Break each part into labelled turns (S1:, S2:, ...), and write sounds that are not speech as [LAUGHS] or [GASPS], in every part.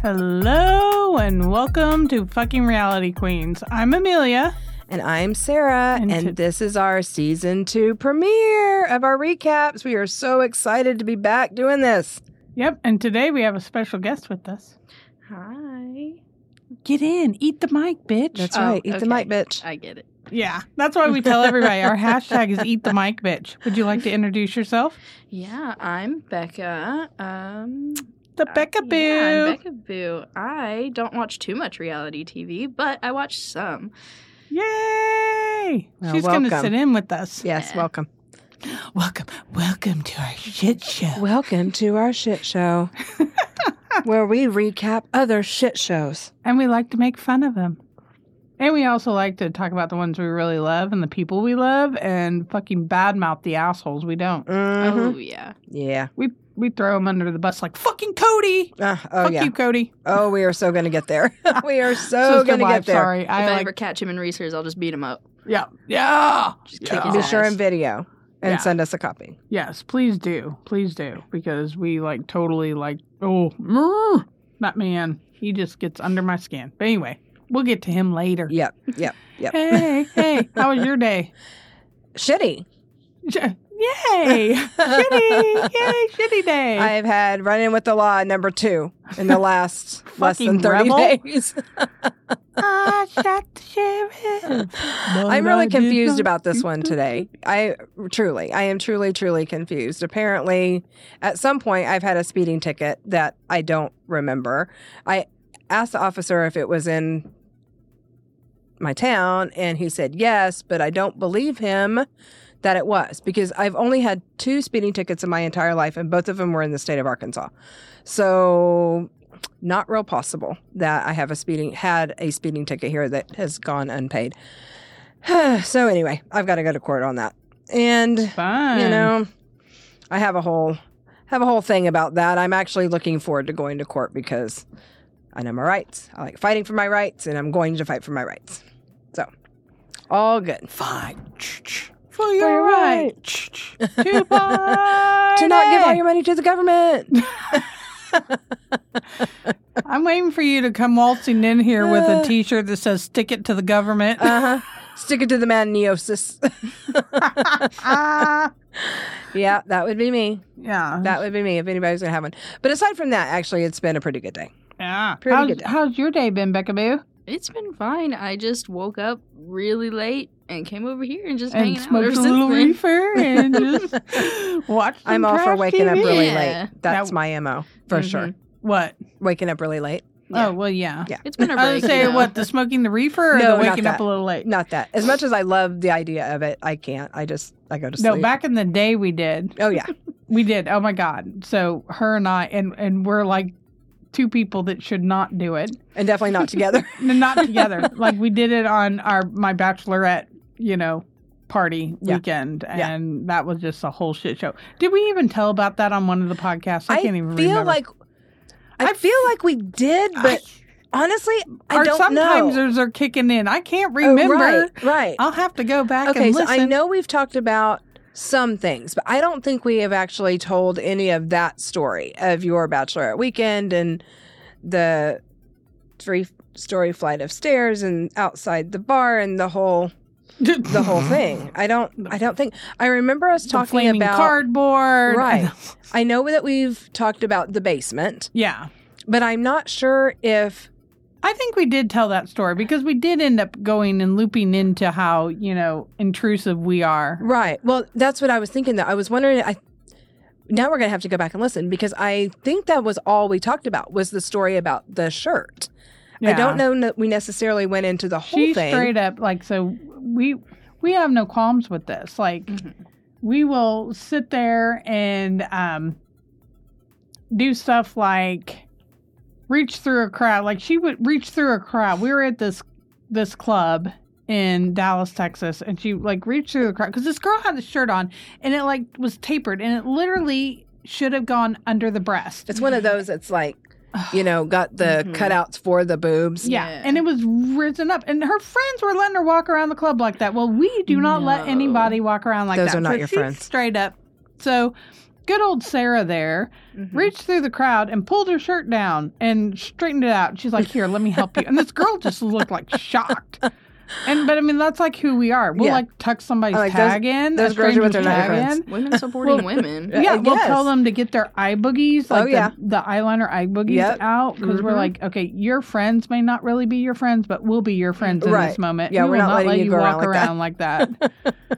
S1: Hello and welcome to fucking Reality Queens. I'm Amelia.
S2: And I'm Sarah,
S1: And
S2: and,
S1: to-
S2: this is our season two premiere of our recaps. We are so excited to be back doing this.
S1: Yep, and today we have a special guest with us.
S3: Hi.
S1: Get in, eat the mic, bitch.
S2: That's
S3: Oh,
S2: right. Eat
S3: okay.
S2: the mic, bitch.
S3: I get it.
S1: yeah, that's why we [LAUGHS] tell everybody our hashtag is eat the mic, bitch. Would you like to introduce yourself?
S3: Yeah, I'm Becca. Um,
S1: The
S3: I-
S1: Becca Boo.
S3: Yeah, I'm Becca Boo. I don't watch too much reality TV, but I watch some.
S1: Yay!
S2: Well,
S1: She's going to sit
S2: welcome.
S1: in with us.
S2: Yes,
S3: Yeah.
S2: welcome.
S1: Welcome, welcome to our shit show.
S2: Welcome to our shit
S1: [LAUGHS]
S2: show where we recap other shit shows.
S1: And we like to make fun of them. And we also like to talk about the ones we really love and the people we love and fucking badmouth the assholes we don't.
S2: Mhm.
S3: Oh yeah.
S2: Yeah.
S1: We we throw them under the bus like fucking Cody.
S2: Uh, oh,
S1: Fuck
S2: yeah.
S1: you, Cody.
S2: Oh, we are so going to
S1: [LAUGHS]
S2: get there. [LAUGHS] we are so
S1: Sister
S2: going to
S1: wife,
S2: get there.
S1: Sorry,
S3: if
S1: I
S3: I
S1: like.
S3: ever catch him in Reese's, I'll just beat him up.
S1: yeah, yeah.
S3: Just kick
S1: Yeah.
S3: his
S2: Be
S3: ass.
S2: sure and video and
S1: Yeah.
S2: send us a copy.
S1: Yes, please do, please do, because we like totally like. Oh, mm, that man. He just gets under my skin. But anyway, we'll get to him later.
S2: Yep. Yep. Yep.
S1: Hey, hey, how was your day? [LAUGHS]
S2: Shitty.
S1: J- Yay!
S2: [LAUGHS]
S1: shitty, yay, shitty day.
S2: I've had run in with the law number two in
S1: [LAUGHS]
S2: the last less than
S1: Fucking
S2: 30
S1: rebel. [LAUGHS]
S2: days.
S1: [LAUGHS] Ah, shot the sheriff.
S2: I'm really confused about this one
S1: today.
S2: today. I truly, I am truly, truly confused. Apparently, at some point, I've had a speeding ticket that I don't remember. I asked the officer if it was in my town, and he said yes, but I don't believe him that it was because I've only had two speeding tickets in my entire life, and both of them were in the state of Arkansas. So. Not real possible that I have a speeding had a speeding ticket here that has gone unpaid [SIGHS] so anyway, I've got to go to court on that, and
S1: Fun.
S2: you know, I have a whole have a whole thing about that. I'm actually looking forward to going to court because I know my rights. I like fighting for my rights, and I'm going to fight for my rights. So all good
S1: Fight. For your right.
S2: right.
S1: To fight.
S2: [LAUGHS] to not give all your money to the government. [LAUGHS]
S1: I'm waiting for you to come waltzing in here with a
S2: Uh.
S1: T-shirt that says "Stick it to the government." [LAUGHS]
S2: Uh huh. Stick it to the man, Neosis. [LAUGHS]
S1: Ah,
S2: yeah, that would be me.
S1: yeah,
S2: That would be me if anybody's gonna have one. But aside from that, actually, it's been a pretty good day.
S1: yeah.
S2: pretty
S1: how's,
S2: good day.
S1: how's your day been, Becca Boo?
S3: It's been fine. I just woke up really late and came over here and just
S1: And
S3: hanging out ever
S1: smoked a
S3: since
S1: little
S3: then.
S1: reefer and just [LAUGHS] watched. some
S2: I'm all for
S1: trash
S2: waking up
S1: TV?
S2: really
S3: Yeah.
S2: late. That's
S1: That-
S2: my mo for sure.
S1: What?
S2: Waking up really late.
S3: Yeah.
S1: Oh well, yeah.
S2: Yeah.
S1: [LAUGHS]
S3: It's been a break.
S1: I was say
S3: you know?
S1: what the smoking the reefer or
S2: No,
S1: the
S2: not
S1: waking up
S2: that.
S1: a little late.
S2: Not that. As much as I love the idea of it, I can't. I just I go to
S1: no
S2: sleep.
S1: back in the day we did.
S2: Oh yeah.
S1: We did. Oh my god. So her and I and and we're like two people that should not do it.
S2: And definitely not [LAUGHS] together.
S1: N- Not together. [LAUGHS] like we did it on our my bachelorette, you know, party
S2: Yeah.
S1: weekend
S2: Yeah.
S1: and that was just a whole shit show. Did we even tell about that on one of the podcasts? I,
S2: I,
S1: can't even
S2: feel
S1: remember.
S2: like I,
S1: I
S2: feel like we did, but honestly, I
S1: our
S2: don't
S1: sometimes
S2: know.
S1: there's are kicking in. I can't remember.
S2: Oh, right. Right.
S1: I'll have to go back
S2: okay,
S1: and
S2: so
S1: listen. [LAUGHS]
S2: I know we've talked about some things, but I don't think we have actually told any of that story of your bachelorette weekend and the three story flight of stairs and outside the bar and the whole the whole thing. I don't I don't think I remember us
S1: Mm-hmm. The
S2: talking
S1: flaming [LAUGHS]
S2: about
S1: cardboard.
S2: Right. I know that we've talked about the basement,
S1: [LAUGHS] yeah.
S2: but I'm not sure if
S1: I think we did tell that story because we did end up going and looping into how, you know, intrusive we are.
S2: right. Well, that's what I was thinking though. I was wondering I now we're going to have to go back and listen because I think that was all we talked about was the story about the shirt. I
S1: Yeah.
S2: don't know that we necessarily went into the whole
S1: She
S2: thing.
S1: straight up like so we we have no qualms with this. Like
S3: Mhm.
S2: Mm-hmm.
S1: we will sit there and um do stuff like reach through a crowd. Like she would reach through a crowd. We were at this this club in Dallas, Texas, and she like reached through the crowd because this girl had the shirt on and it like was tapered and it literally should have gone under the breast.
S2: It's one of those that's
S1: [SIGHS]
S2: like, you know, got the
S1: Mm-hmm.
S3: Mhm.
S2: cutouts for the
S1: [LAUGHS]
S2: boobs.
S1: Yeah.
S3: Yeah.
S1: and it was risen up, and her friends were letting her walk around the club like that. Well, we do not let
S3: No.
S1: anybody walk around like
S2: Those
S1: that.
S2: are not
S1: So
S2: your
S1: she
S2: friends.
S1: Straight up. So good old Sarah there
S3: Mhm.
S1: reached through the crowd and pulled her shirt down and straightened it out. She's like, "Here, let me help you." And this girl just looked like shocked. And but I mean, that's like who we are. We'll
S2: Yeah.
S1: like tuck somebody's
S2: I like those-
S1: tag in,
S2: those
S1: a
S2: girls are
S1: stranger's
S2: with their knife
S1: tag
S2: hands.
S1: in. [LAUGHS]
S3: Women supporting women.
S1: Yeah,
S2: Uh,
S1: we'll tell
S2: yes.
S1: them to get their eye boogies,
S2: Oh,
S1: like the,
S2: yeah.
S1: the eyeliner eye boogies
S2: Yep.
S1: out, because we're
S2: Mhm.
S1: like, okay, your friends may not really be your friends, but we'll be your friends in this
S2: Right.
S1: moment.
S2: Yeah,
S1: we
S2: we're
S1: will
S2: not letting
S1: let
S2: you
S1: you
S2: go around
S1: walk
S2: like that.
S1: around like
S2: [LAUGHS]
S1: that.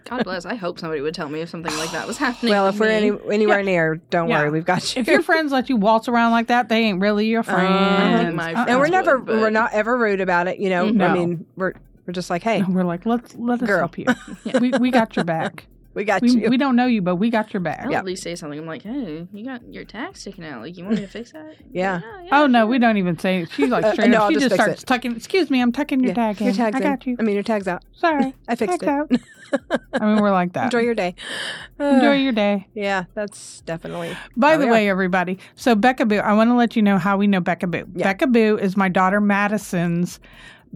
S3: God bless. I hope somebody would tell me if something like that was happening.
S2: Well,
S3: to
S2: if we're
S3: me.
S2: any, anywhere near, don't
S1: Yeah.
S2: worry, we've got you.
S1: if your friends let you waltz around like that, they ain't really your
S2: Oh, I don't
S1: friends.
S3: think my
S1: Uh-uh.
S2: and we're
S3: friends
S2: never,
S3: would, but-
S2: we're not ever rude about it. You know,
S3: Mhm.
S1: No.
S2: I mean, we're we're just like, hey,
S1: No, we're like, let's let us
S2: Girl.
S1: help you.
S3: Yeah.
S1: We we got your back.
S2: we [LAUGHS] got
S1: we,
S2: you.
S1: we don't know you, but we got your back.
S3: I'll at least say something. I'm like, hey, you got your tag sticking out. Like, you want me to
S2: [LAUGHS]
S3: fix that?
S2: Yeah.
S1: Oh no,
S3: sure.
S1: we don't even say. She's like
S2: Uh,
S1: straight
S2: no,
S1: up.
S2: I'll
S1: She
S2: just
S1: just,
S2: fix
S1: starts tucking. Excuse me, I'm tucking your
S2: Yeah,
S1: tag in.
S2: Your tag's
S1: I
S2: in.
S1: got you.
S2: I mean, your tag's out.
S1: Sorry,
S2: I [LAUGHS] fixed
S1: tag's out.
S2: it. [LAUGHS]
S1: I mean, we're like that.
S2: Enjoy your day.
S1: Enjoy your day.
S2: yeah, that's definitely.
S1: By
S2: Oh,
S1: the
S2: yeah.
S1: way, everybody. So Becca Boo, I want to let you know how we know Becca Boo.
S2: Yeah.
S1: Becca Boo is my daughter Madison's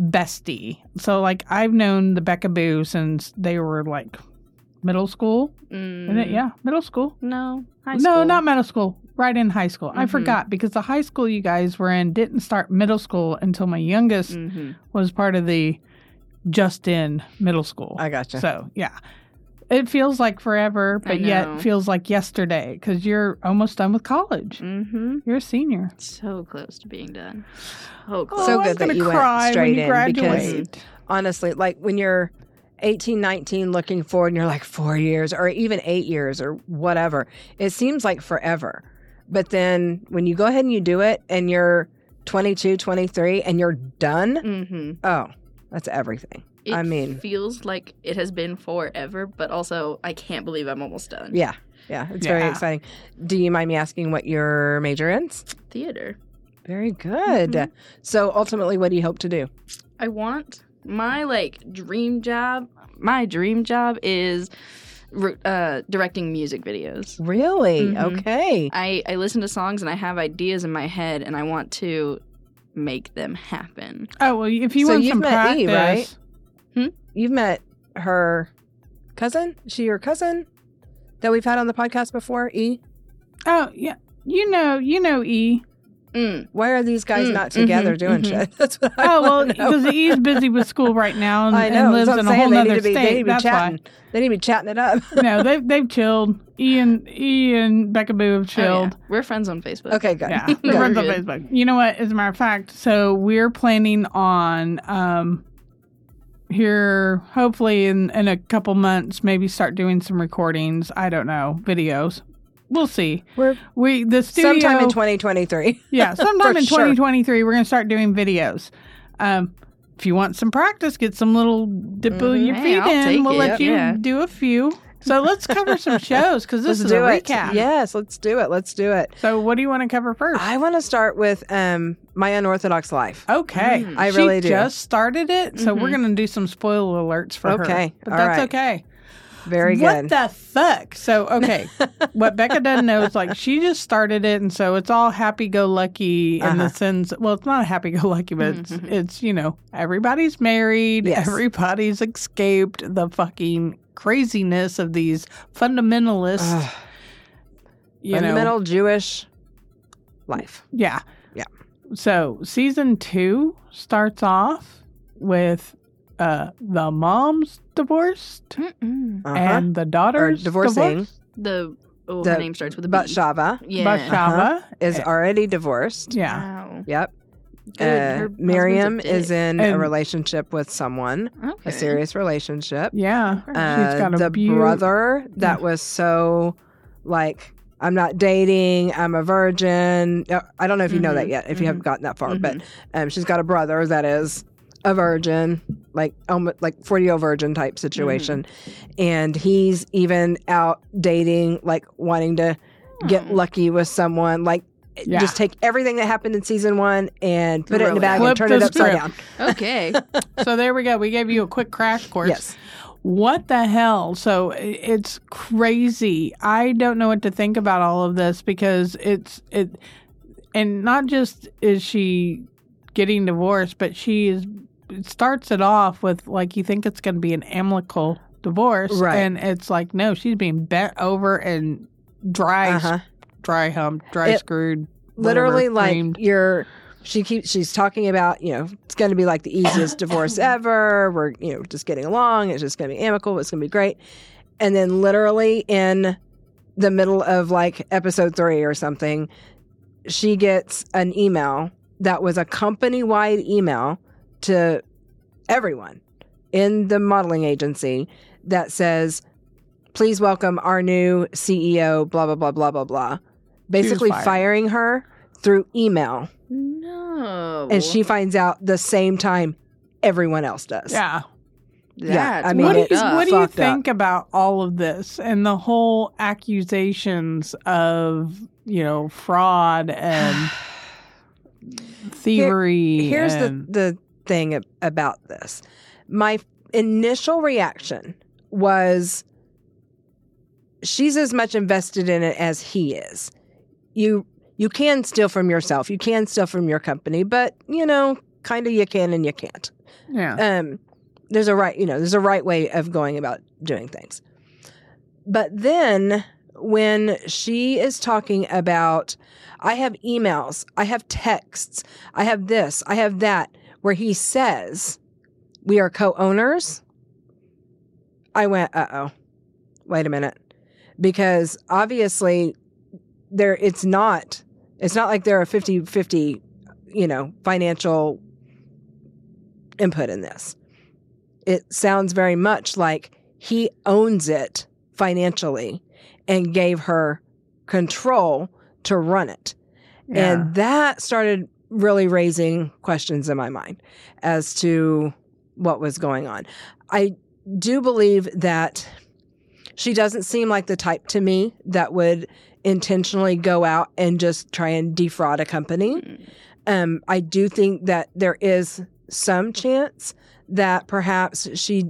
S1: bestie. So like I've known the Becca Boo since they were like middle school.
S3: Mm,
S1: Isn't it? Yeah, middle school.
S3: No. High
S1: no,
S3: school.
S1: not middle school. Right in high school. I
S3: Mhm.
S1: forgot because the high school you guys were in didn't start middle school until my youngest
S3: Mhm.
S1: was part of the just in middle school.
S2: I gotcha.
S1: So yeah, it feels like forever,
S3: I
S1: but yet
S3: know.
S1: it feels like yesterday because you're almost done with college.
S3: Mhm.
S1: You're a senior.
S3: So close to being done. So close.
S2: So
S1: oh, I'm
S2: good that
S1: gonna
S2: you went
S1: cry
S2: straight
S1: when you
S2: in because-
S1: graduate.
S2: Honestly, like when you're 18, 19, looking forward and you're like four years or even eight years or whatever, it seems like forever. But then when you go ahead and you do it and you're 22, 23 and you're
S1: [LAUGHS]
S2: done,
S3: Mm-hmm.
S2: oh, that's everything.
S3: It
S2: I mean-
S3: feels like it has been forever, but also I can't believe I'm almost done.
S2: Yeah. Yeah. It's
S1: Yeah.
S2: very exciting. Do you mind me asking what your major is?
S3: Theater.
S2: Very good.
S1: Mm-hmm.
S3: Mhm.
S2: So ultimately, what do you hope to do?
S3: I want my like dream job. My dream job is re- uh, directing music videos.
S2: Really?
S1: Mm-hmm.
S3: Mhm.
S2: Okay.
S3: I, I listen to songs and I have ideas in my head and I want to make them happen.
S1: Oh well, if you
S2: So
S1: want
S2: you've
S1: some
S2: met
S1: practice,
S2: E, right? You've met her cousin? Is she your cousin that we've had on the podcast before? E?
S1: Oh yeah, you know, you know, E.
S3: Mm.
S2: Why are these guys
S3: Mm,
S2: not together
S3: mhm,
S2: doing
S3: mhm.
S2: shit? [LAUGHS] That's what [LAUGHS]
S1: Hmm,
S2: I
S1: mm-hmm, Oh well,
S2: wanna know.
S1: because E's busy with school right now and,
S2: I
S1: and
S2: know.
S1: lives
S2: that's
S1: in
S2: what
S1: a
S2: I'm
S1: whole
S2: saying. They need
S1: other
S2: to be, They need to
S1: state.
S2: be
S1: That's why.
S2: chatting. They need to be chatting it up. [LAUGHS]
S1: no, they've they've chilled. E and E and Becca Boo have
S3: Oh, yeah.
S1: chilled.
S3: We're friends on Facebook.
S2: okay, good.
S1: Yeah,
S3: Good.
S1: friends on
S3: Good.
S1: Facebook. You know what? As a matter of fact, so we're planning on um here hopefully in in a couple months maybe start doing some recordings. I don't know videos. We'll see.
S2: We're
S1: We the studio
S2: sometime in 2023.
S1: [LAUGHS] yeah sometime
S2: [LAUGHS] For
S1: in
S2: sure.
S1: 2023 we're gonna start doing videos. Um, if you want some practice, get some little dip of
S2: Mhm.
S1: your
S3: Hey,
S1: feet
S3: I'll
S1: in.
S3: take
S1: We'll
S3: it.
S1: let you
S3: Yeah.
S1: do a few. So let's cover
S2: [LAUGHS]
S1: some shows because this is
S2: let's
S1: a
S2: do it.
S1: recap.
S2: Yes, let's do it. Let's do it.
S1: So what do you want to cover first?
S2: I want to start with um, my unorthodox life.
S1: Okay.
S3: Mm.
S2: I
S1: she
S2: really do. Mm-hmm.
S1: just started it, so we're
S3: Mhm.
S1: going to do some spoiler alerts for her.
S2: Okay,
S1: But
S2: all
S1: that's
S2: right.
S1: okay.
S2: Very
S1: What
S2: good.
S1: the fuck? So,
S2: [LAUGHS]
S1: okay. what Becca doesn't know is like she just started it, and so it's all happy go lucky in the
S2: Uh-huh. Mm-hmm.
S1: sense, well, it's not happy go lucky, but it's,
S3: Mhm.
S1: it's, you know, everybody's married,
S2: Yes.
S1: everybody's escaped the fucking craziness of these fundamentalists,
S2: Ugh,
S1: you know.
S2: fundamental Jewish life.
S1: Yeah.
S2: Yeah.
S1: So season two starts off with uh the mom's divorced
S3: Mm-mm.
S2: Uh-huh.
S1: and the daughter's
S2: divorcing.
S1: divorced.
S3: The oh,
S2: The
S3: her name starts with a B.
S2: but Shava
S3: Yeah.
S1: But Shava
S2: is already divorced.
S1: Yeah.
S3: Wow.
S2: Yep.
S3: Good. Her
S2: Uh,
S3: husband's a
S2: Miriam is
S3: dick.
S2: in
S1: And-
S2: a relationship with someone,
S3: okay.
S2: a serious relationship.
S1: Yeah.
S2: Uh,
S1: She's got a
S2: the
S1: beau-
S2: brother that was so like, I'm not dating, I'm a virgin. Uh, I don't know if you know that
S3: Mhm,
S2: yet, if you haven't gotten that far, but
S3: Mhm.
S2: um, she's got a brother that is a virgin, like almost like 40 year old virgin type situation.
S3: Mm-hmm.
S2: And he's even out dating, like wanting to get
S3: Oh.
S2: lucky with someone, like
S1: Hmm. Yeah.
S2: just take everything that happened in season one and put it in
S3: Really?
S2: a bag
S1: Flip
S2: and turn
S1: the
S2: it upside
S1: script.
S2: down.
S3: Oh, Okay.
S1: so there we go. We gave you a quick crash course.
S2: Yes.
S1: What the hell? So i- it's crazy. I don't know what to think about all of this because it's it and not just is she getting divorced, but she is it starts it off with like you think it's going to be an amicable divorce
S2: Right.
S1: and it's like no, she's being bent over and dry,
S2: Uh-huh.
S1: dry hump, dry
S2: It-
S1: screwed. whatever,
S2: literally like
S1: creamed.
S2: you're she keeps she's talking about you know it's going to be like the
S1: [COUGHS]
S2: easiest divorce ever we're you know just getting along it's just going to be amicable it's going to be great and then literally in the middle of like episode 3 or something she gets an email that was a company wide email to everyone in the modeling agency that says please welcome our new CEO blah blah blah blah blah blah basically
S1: fired.
S2: firing her through email
S3: No.
S2: and she finds out the same time everyone else does.
S1: Yeah.
S2: yeah, I
S3: That's
S2: mean,
S1: what do
S2: it's
S1: you, what do you
S2: fucked up.
S1: think about all of this and the whole accusations of you know fraud
S2: [SIGHS]
S1: and thievery?
S2: Here's the,
S1: and,
S2: the thing ab- about this. My initial reaction was she's as much invested in it as he is. You you can steal from yourself, you can steal from your company, but you know, kind of you can and you can't.
S1: yeah.
S2: um there's a right you know there's a right way of going about doing things but then when she is talking about i have emails i have texts i have this i have that where he says we are co-owners i went uh-oh wait a minute because obviously there it's not it's not like there are 50-50 you know financial input in this. It sounds very much like he owns it financially and gave her control to run it.
S1: yeah.
S2: And that started really raising questions in my mind as to what was going on. I do believe that she doesn't seem like the type to me that would intentionally go out and just try and defraud a company.
S3: Mm.
S2: Um, I do think that there is some chance that perhaps she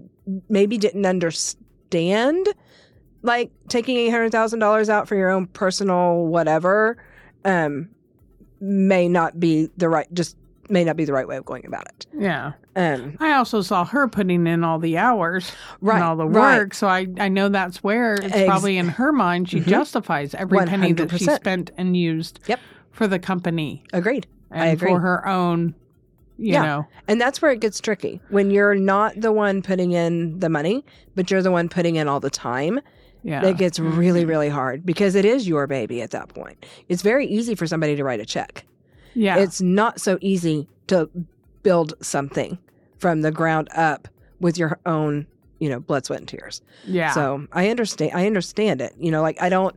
S2: maybe didn't understand, like taking eight hundred thousand dollars out for your own personal whatever, um, may not be the right. Just may not be the right way of going about it.
S1: yeah.
S2: Um,
S1: I also saw her putting in all the hours
S2: right.
S1: and all the
S2: right.
S1: work, so I I know that's where it's
S2: Ex-
S1: probably in her mind she
S2: Mhm.
S1: justifies every penny that she
S2: 100%.
S1: spent and used.
S2: Yep.
S1: For the company
S2: Agreed.
S1: and
S2: I agree.
S1: for her own, you
S2: Yeah.
S1: know.
S2: And that's where it gets tricky when you're not the one putting in the money, but you're the one putting in all the time.
S1: Yeah. Mm-hmm.
S2: That gets really,
S3: Mhm.
S2: really hard because it is your baby at that point. It's very easy for somebody to write a check.
S1: yeah.
S2: It's not so easy to build something from the ground up with your own, you know, blood, sweat, and tears.
S1: yeah.
S2: So I understand. I understand it. You know, like I don't.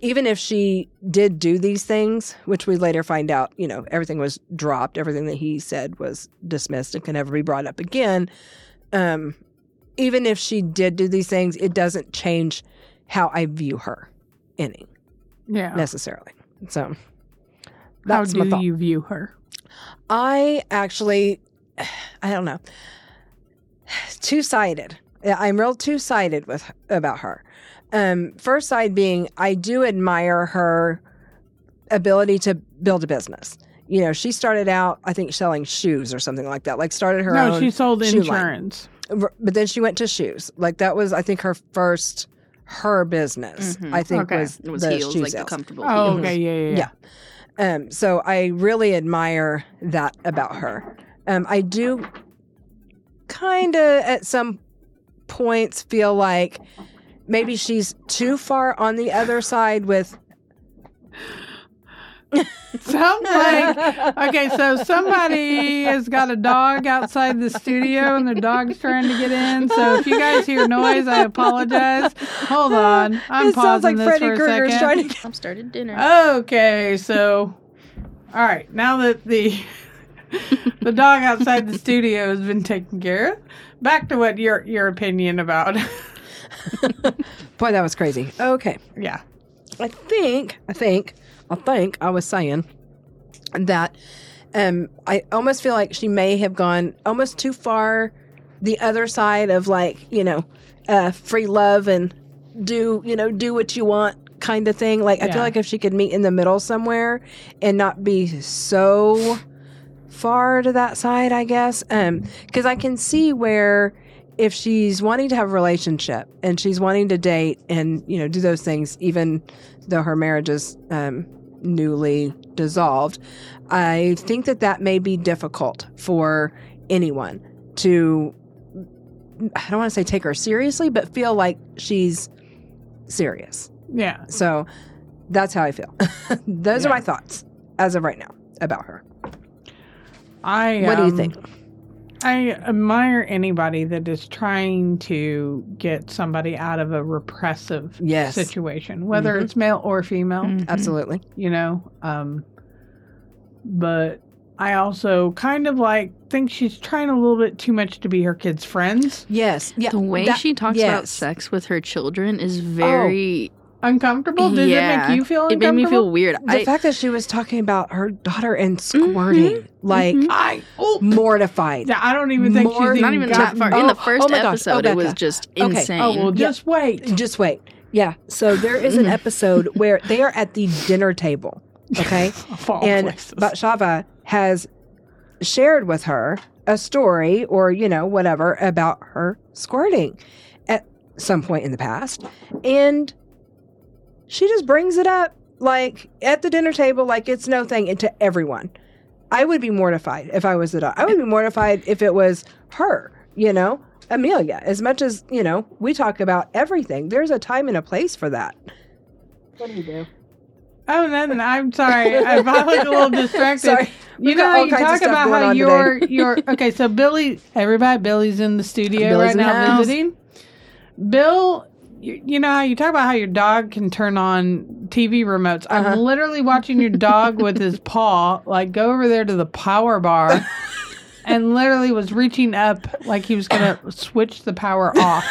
S2: Even if she did do these things, which we later find out, you know, everything was dropped. Everything that he said was dismissed and can never be brought up again. Um, even if she did do these things, it doesn't change how I view her, any
S1: yeah.
S2: necessarily. So
S1: How
S2: that's my
S1: do
S2: thought.
S1: you view her?
S2: I actually, [SIGHS] I don't know, [SIGHS] two sided. I'm real two sided with about her. Um, first side being, I do admire her ability to build a business. You know, she started out, I think, selling shoes or something like that. Like, started her
S1: no,
S2: own
S1: she sold
S2: shoe line.
S1: insurance.
S2: r- but then she went to shoes. Like that was, I think, her first her business.
S3: Mhm.
S2: I think
S1: Okay.
S2: was,
S3: It was
S2: the
S3: heels,
S2: shoe
S3: like the
S2: sales.
S3: comfortable
S1: Oh,
S3: heels.
S1: okay, yeah, yeah,
S2: Yeah. Um, so I really admire that about her. Um, I do kind of at some points feel like maybe she's too far on the other side with
S1: [LAUGHS] yeah. Sounds like okay. So somebody has got a dog outside the studio, and the dog's trying to get in. So if you guys hear noise, I apologize. Hold on, I'm
S2: it
S1: pausing
S2: sounds like
S1: this
S2: Freddy
S1: for a
S2: Krueger's
S1: second.
S2: trying to.
S3: Mom started dinner.
S2: Oh,
S1: Okay, so all right, now that the [LAUGHS] the dog outside the studio has been taken care of, back to what your your opinion about [LAUGHS]
S2: Boy, that was crazy. Okay.
S1: yeah.
S2: I think, I think, I think I was saying that um, I almost feel like she may have gone almost too far the other side of like, you know, uh, free love and do, you know, do what you want kind of thing. Like, I
S1: Yeah.
S2: feel like if she could meet in the middle somewhere and not be so far to that side, I guess. Um, because I can see where if she's wanting to have a relationship and she's wanting to date and you know do those things even though her marriage is um, newly dissolved i think that that may be difficult for anyone to i don't want to say take her seriously but feel like she's serious
S1: Yeah.
S2: so that's how i feel [LAUGHS] those
S1: Yeah.
S2: are my thoughts as of right now about her
S1: I
S2: what do you
S1: um,
S2: think
S1: I admire anybody that is trying to get somebody out of a repressive
S2: yes
S3: [LAUGHS]
S1: situation, whether
S3: Mm-hmm.
S2: Mhm.
S1: it's male or female,
S3: Mm.
S2: absolutely
S1: you know. Um, but I also kind of like think she's trying a little bit too much to be her kids' friends.
S2: yes yeah
S3: The way
S2: that-
S3: she talks about
S2: yes. Oh.
S3: sex with her children is very.
S1: Uncomfortable? Does it
S3: Yeah.
S1: make you feel
S3: it made
S1: uncomfortable?
S3: me feel weird.
S2: the
S3: I, Mm-hmm.
S2: fact that she was talking about her daughter and squirting, like
S3: mhm.
S1: I oh,
S2: mortified.
S1: yeah, I don't even think
S2: More-
S1: she's
S3: not even
S1: gotten-
S3: that far. In
S2: Oh,
S3: the first
S2: oh my gosh.
S3: episode,
S2: Oh,
S3: it was
S2: Becca.
S3: just
S2: Okay.
S3: insane.
S1: Oh well,
S2: Yeah.
S1: just wait.
S2: Just wait. Yeah. So there is an
S3: Mm.
S2: episode where they are at
S3: [LAUGHS]
S2: the dinner table.
S1: [LAUGHS]
S2: Okay.
S1: Of all
S2: and
S1: places.
S2: Batshava has shared with her a story or, you know, whatever about her squirting at some point in the past. And she just brings it up like at the dinner table, like it's no thing and to everyone. I would be mortified if I was the dog. I would be mortified if it was her, you know, Amelia. As much as, you know, we talk about everything, there's a time and a place for that. What do you do?
S1: oh, nothing. I'm sorry. I felt like a little distracted.
S2: [LAUGHS] Sorry.
S1: You
S2: We've
S1: know,
S2: got
S1: how
S2: all
S1: you
S2: kinds of
S1: talk
S2: stuff
S1: about
S2: going
S1: how
S2: on
S1: your
S2: [LAUGHS]
S1: your okay. So Billy, everybody, Billy's in the studio
S2: Billy's
S1: right
S2: in the
S1: now
S2: house.
S1: visiting. Bill, you, you know how you talk about how your dog can turn on TV remotes. I'm
S2: Uh-huh.
S1: literally watching your dog
S2: [LAUGHS]
S1: with his paw, like go over there to the power
S2: [LAUGHS]
S1: bar, and literally was reaching up like he was gonna switch the power
S2: [LAUGHS]
S1: off.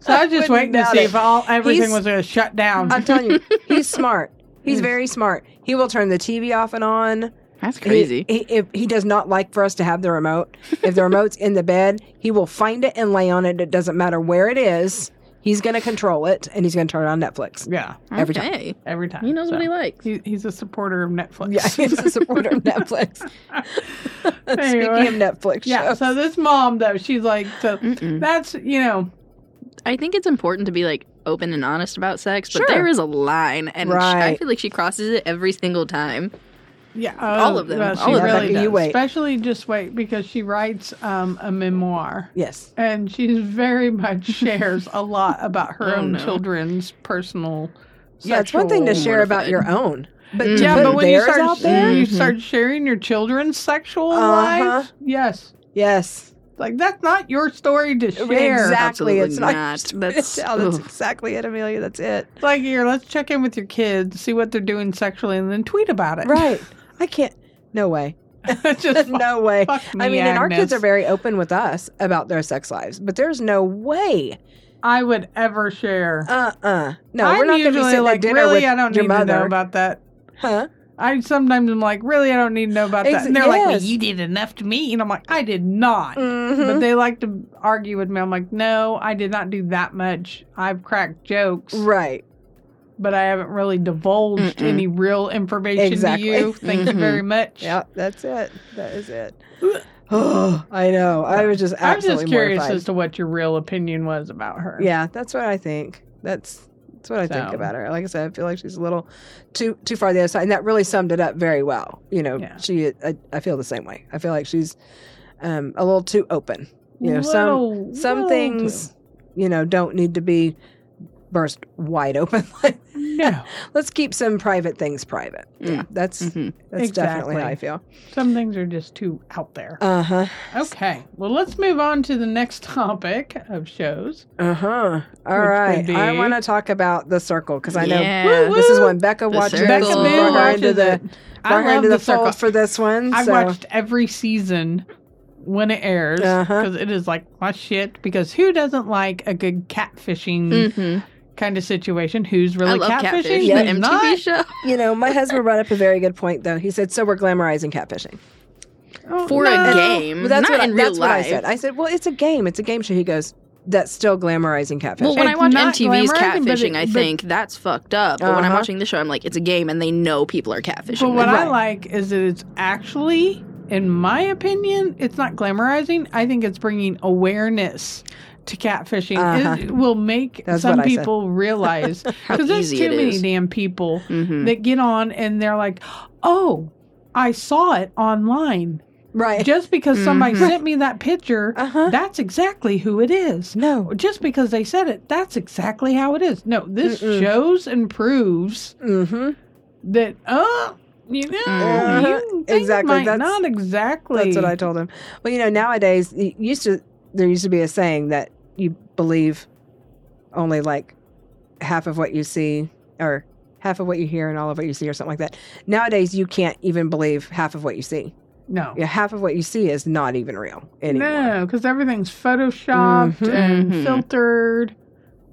S1: So I was just waiting
S2: Wouldn't
S1: to
S2: doubt
S1: see
S2: it.
S1: if all everything
S2: He's-
S1: was gonna shut down.
S2: I'm telling
S1: [LAUGHS]
S2: you, he's smart. He's
S1: Yes.
S2: very smart. He will turn the TV off and on.
S3: That's
S2: He-
S3: crazy.
S2: He, if he does not like for us to have the remote, if the remote's in the bed, he will find it and lay on it. It doesn't matter where it is. He's going to control it and he's going to turn on Netflix. [LAUGHS]
S1: yeah,
S2: every time.
S3: okay.
S1: every time
S3: He knows
S1: So,
S3: what he likes.
S1: he- he's a supporter of Netflix.
S2: Yeah, he's a supporter of Netflix. [LAUGHS]
S1: Anyway.
S2: Speaking of
S1: [LAUGHS]
S2: Netflix,
S1: Yeah.
S2: shows.
S1: So this mom though, she's like, so
S3: Mm-mm.
S1: that's you know,
S3: I think it's important to be like open and honest about sex, but
S2: Sure.
S3: there is a line, and sh- I
S2: Right.
S3: feel like she crosses it every single time.
S1: yeah,
S3: All of them,
S1: well, she
S3: all of them.
S1: really
S2: Rebecca,
S1: does.
S2: you wait.
S1: Especially just wait because she writes um, a memoir.
S2: yes,
S1: And she's very much shares a lot about her
S3: Oh,
S1: own
S3: no.
S1: children's personal.
S2: yeah, it's one thing to
S1: sexual-
S2: share about
S3: mortified.
S2: your own, but
S3: Mm.
S2: to
S1: Yeah,
S2: put
S1: but when you
S2: theirs
S1: start
S2: out there,
S1: you
S3: Mhm.
S1: start sharing your children's sexual
S2: Uh-huh.
S1: life, yes,
S2: yes,
S1: like that's not your story to share.
S2: exactly. [LAUGHS]
S3: Absolutely
S2: It's not.
S3: not.
S2: That's,
S3: That's-
S2: that's
S3: ugh.
S2: exactly it, Amelia. That's it.
S1: It's like here, let's check in with your kids, see what they're doing sexually, and then tweet about it.
S2: Right. I can't. No way.
S1: [LAUGHS] Just
S2: [LAUGHS] no
S1: [LAUGHS]
S2: way.
S1: fuck me,
S2: I mean, and our
S1: Agnes.
S2: kids are very open with us about their sex lives, but there's no way.
S1: I would ever share.
S2: Uh uh No,
S1: I'm
S2: we're not going to be
S1: usually
S2: sitting
S1: like,
S2: at dinner
S1: really,
S2: with
S1: I don't
S2: your
S1: need
S2: mother.
S1: to know about that.
S2: huh?
S1: I sometimes am like, really, I don't need to know about that.
S2: Ex-
S1: And they're like, well,
S2: yes.
S1: you did enough to me, and I'm like, I did not. But
S2: Mhm.
S1: they like to argue with me. I'm like, no, I did not do that much. I've cracked jokes,
S2: right.
S1: but I haven't really divulged
S3: Mm-mm.
S1: any real information
S2: Exactly. Mm-hmm.
S1: to you. Thank you
S3: Mhm.
S1: very much.
S2: Yeah, that's it. That is it. [GASPS] oh, I know. I was just
S1: I'm
S2: absolutely
S1: just curious
S2: mortified.
S1: as to what your real opinion was about her.
S2: Yeah, that's what I think. That's that's what I think
S1: So.
S2: about her. Like I said, I feel like she's a little too too far the other side, and that really summed it up very well. You know,
S1: Yeah.
S2: she I, I feel the same way. I feel like she's um, a little too open. You know, some
S1: Little-
S2: some
S1: little
S2: things, you know, don't need to be burst wide [LAUGHS] open. Like,
S1: too- No,
S2: Let's keep some private things private.
S3: Yeah.
S2: That's
S3: Mhm.
S2: that's definitely how I
S1: Mm-hmm. Exactly.
S2: feel.
S1: some things are just too out there.
S2: Uh huh.
S1: Okay, well, let's move on to the next [LAUGHS] topic of shows.
S2: Uh huh. All
S1: Which
S2: right.
S1: would
S2: I
S1: be-
S2: want to talk about the circle because I know
S3: Yeah.
S2: this is when Becca
S3: The
S2: watches
S3: circle.
S2: this and
S3: Becca
S2: brought her
S1: watches
S2: into the
S1: it. I
S2: brought her
S1: love
S2: into
S1: the
S2: the, fold
S1: circle.
S2: for this one.
S1: I've
S2: so
S1: watched every season when it airs
S2: Uh-huh.
S1: because is like my shit. Because who doesn't like a good catfishing
S2: Mm.
S3: Mhm.
S1: kind of situation? Who's
S3: I
S1: really
S3: love catfish.
S1: catfishing?
S2: Yeah.
S1: Who's
S3: The MTV
S1: not?
S3: show
S2: you know, my husband brought up a very good point though. He said, "So we're glamorizing catfishing
S1: Oh,
S3: for
S1: no.
S3: a game,
S2: Well, that's
S3: not
S2: what I,
S3: in real
S2: that's
S3: life.
S2: what I said. I said, "Well, it's a game. It's a game show." He goes, "That's still glamorizing catfishing."
S3: Well, when I
S1: It's
S3: watch
S1: not glamorizing,
S3: MTV's
S1: but
S3: catfishing,
S1: it-
S3: I
S1: but-
S3: think that's fucked up. But when I'm
S2: Uh-huh.
S3: watching the show, I'm like, it's a game, and they know people are catfishing.
S1: But what
S3: them.
S1: I
S2: Right.
S1: like is that it's actually in my opinion, it's not glamorizing. I think it's bringing awareness to catfishing. It
S2: Uh-huh.
S1: will make
S2: That's
S1: some
S2: what I said. [LAUGHS]
S1: people realize
S3: How
S1: because there's
S3: easy
S1: too
S3: it
S1: many
S3: is.
S1: damn people
S2: Mm.
S3: Mm-hmm.
S1: that get on and they're like, "Oh, I saw it online."
S2: Right.
S1: Just because somebody
S3: Mhm.
S1: sent me that picture,
S2: [LAUGHS] Mm-hmm. Uh-huh.
S1: that's exactly who it is.
S2: No.
S1: Just because they said it, that's exactly how it is. No, this
S2: Mm-mm.
S1: shows and proves
S2: Mm-hmm.
S1: that uh you know
S3: Mhm.
S1: you think
S2: Uh-huh. Exactly,
S1: might
S2: that's-
S1: not exactly
S2: That's what I told him. Well, you know, nowadays y- used to there used to be a saying that you believe only like half of what you see or half of what you hear and all of what you see or something like that. Nowadays you can't even believe half of what you see.
S1: no
S2: Yeah, half of what you see is not even real anymore.
S1: no because everything's photoshopped
S2: Mhm.
S1: and
S3: Mhm.
S1: filtered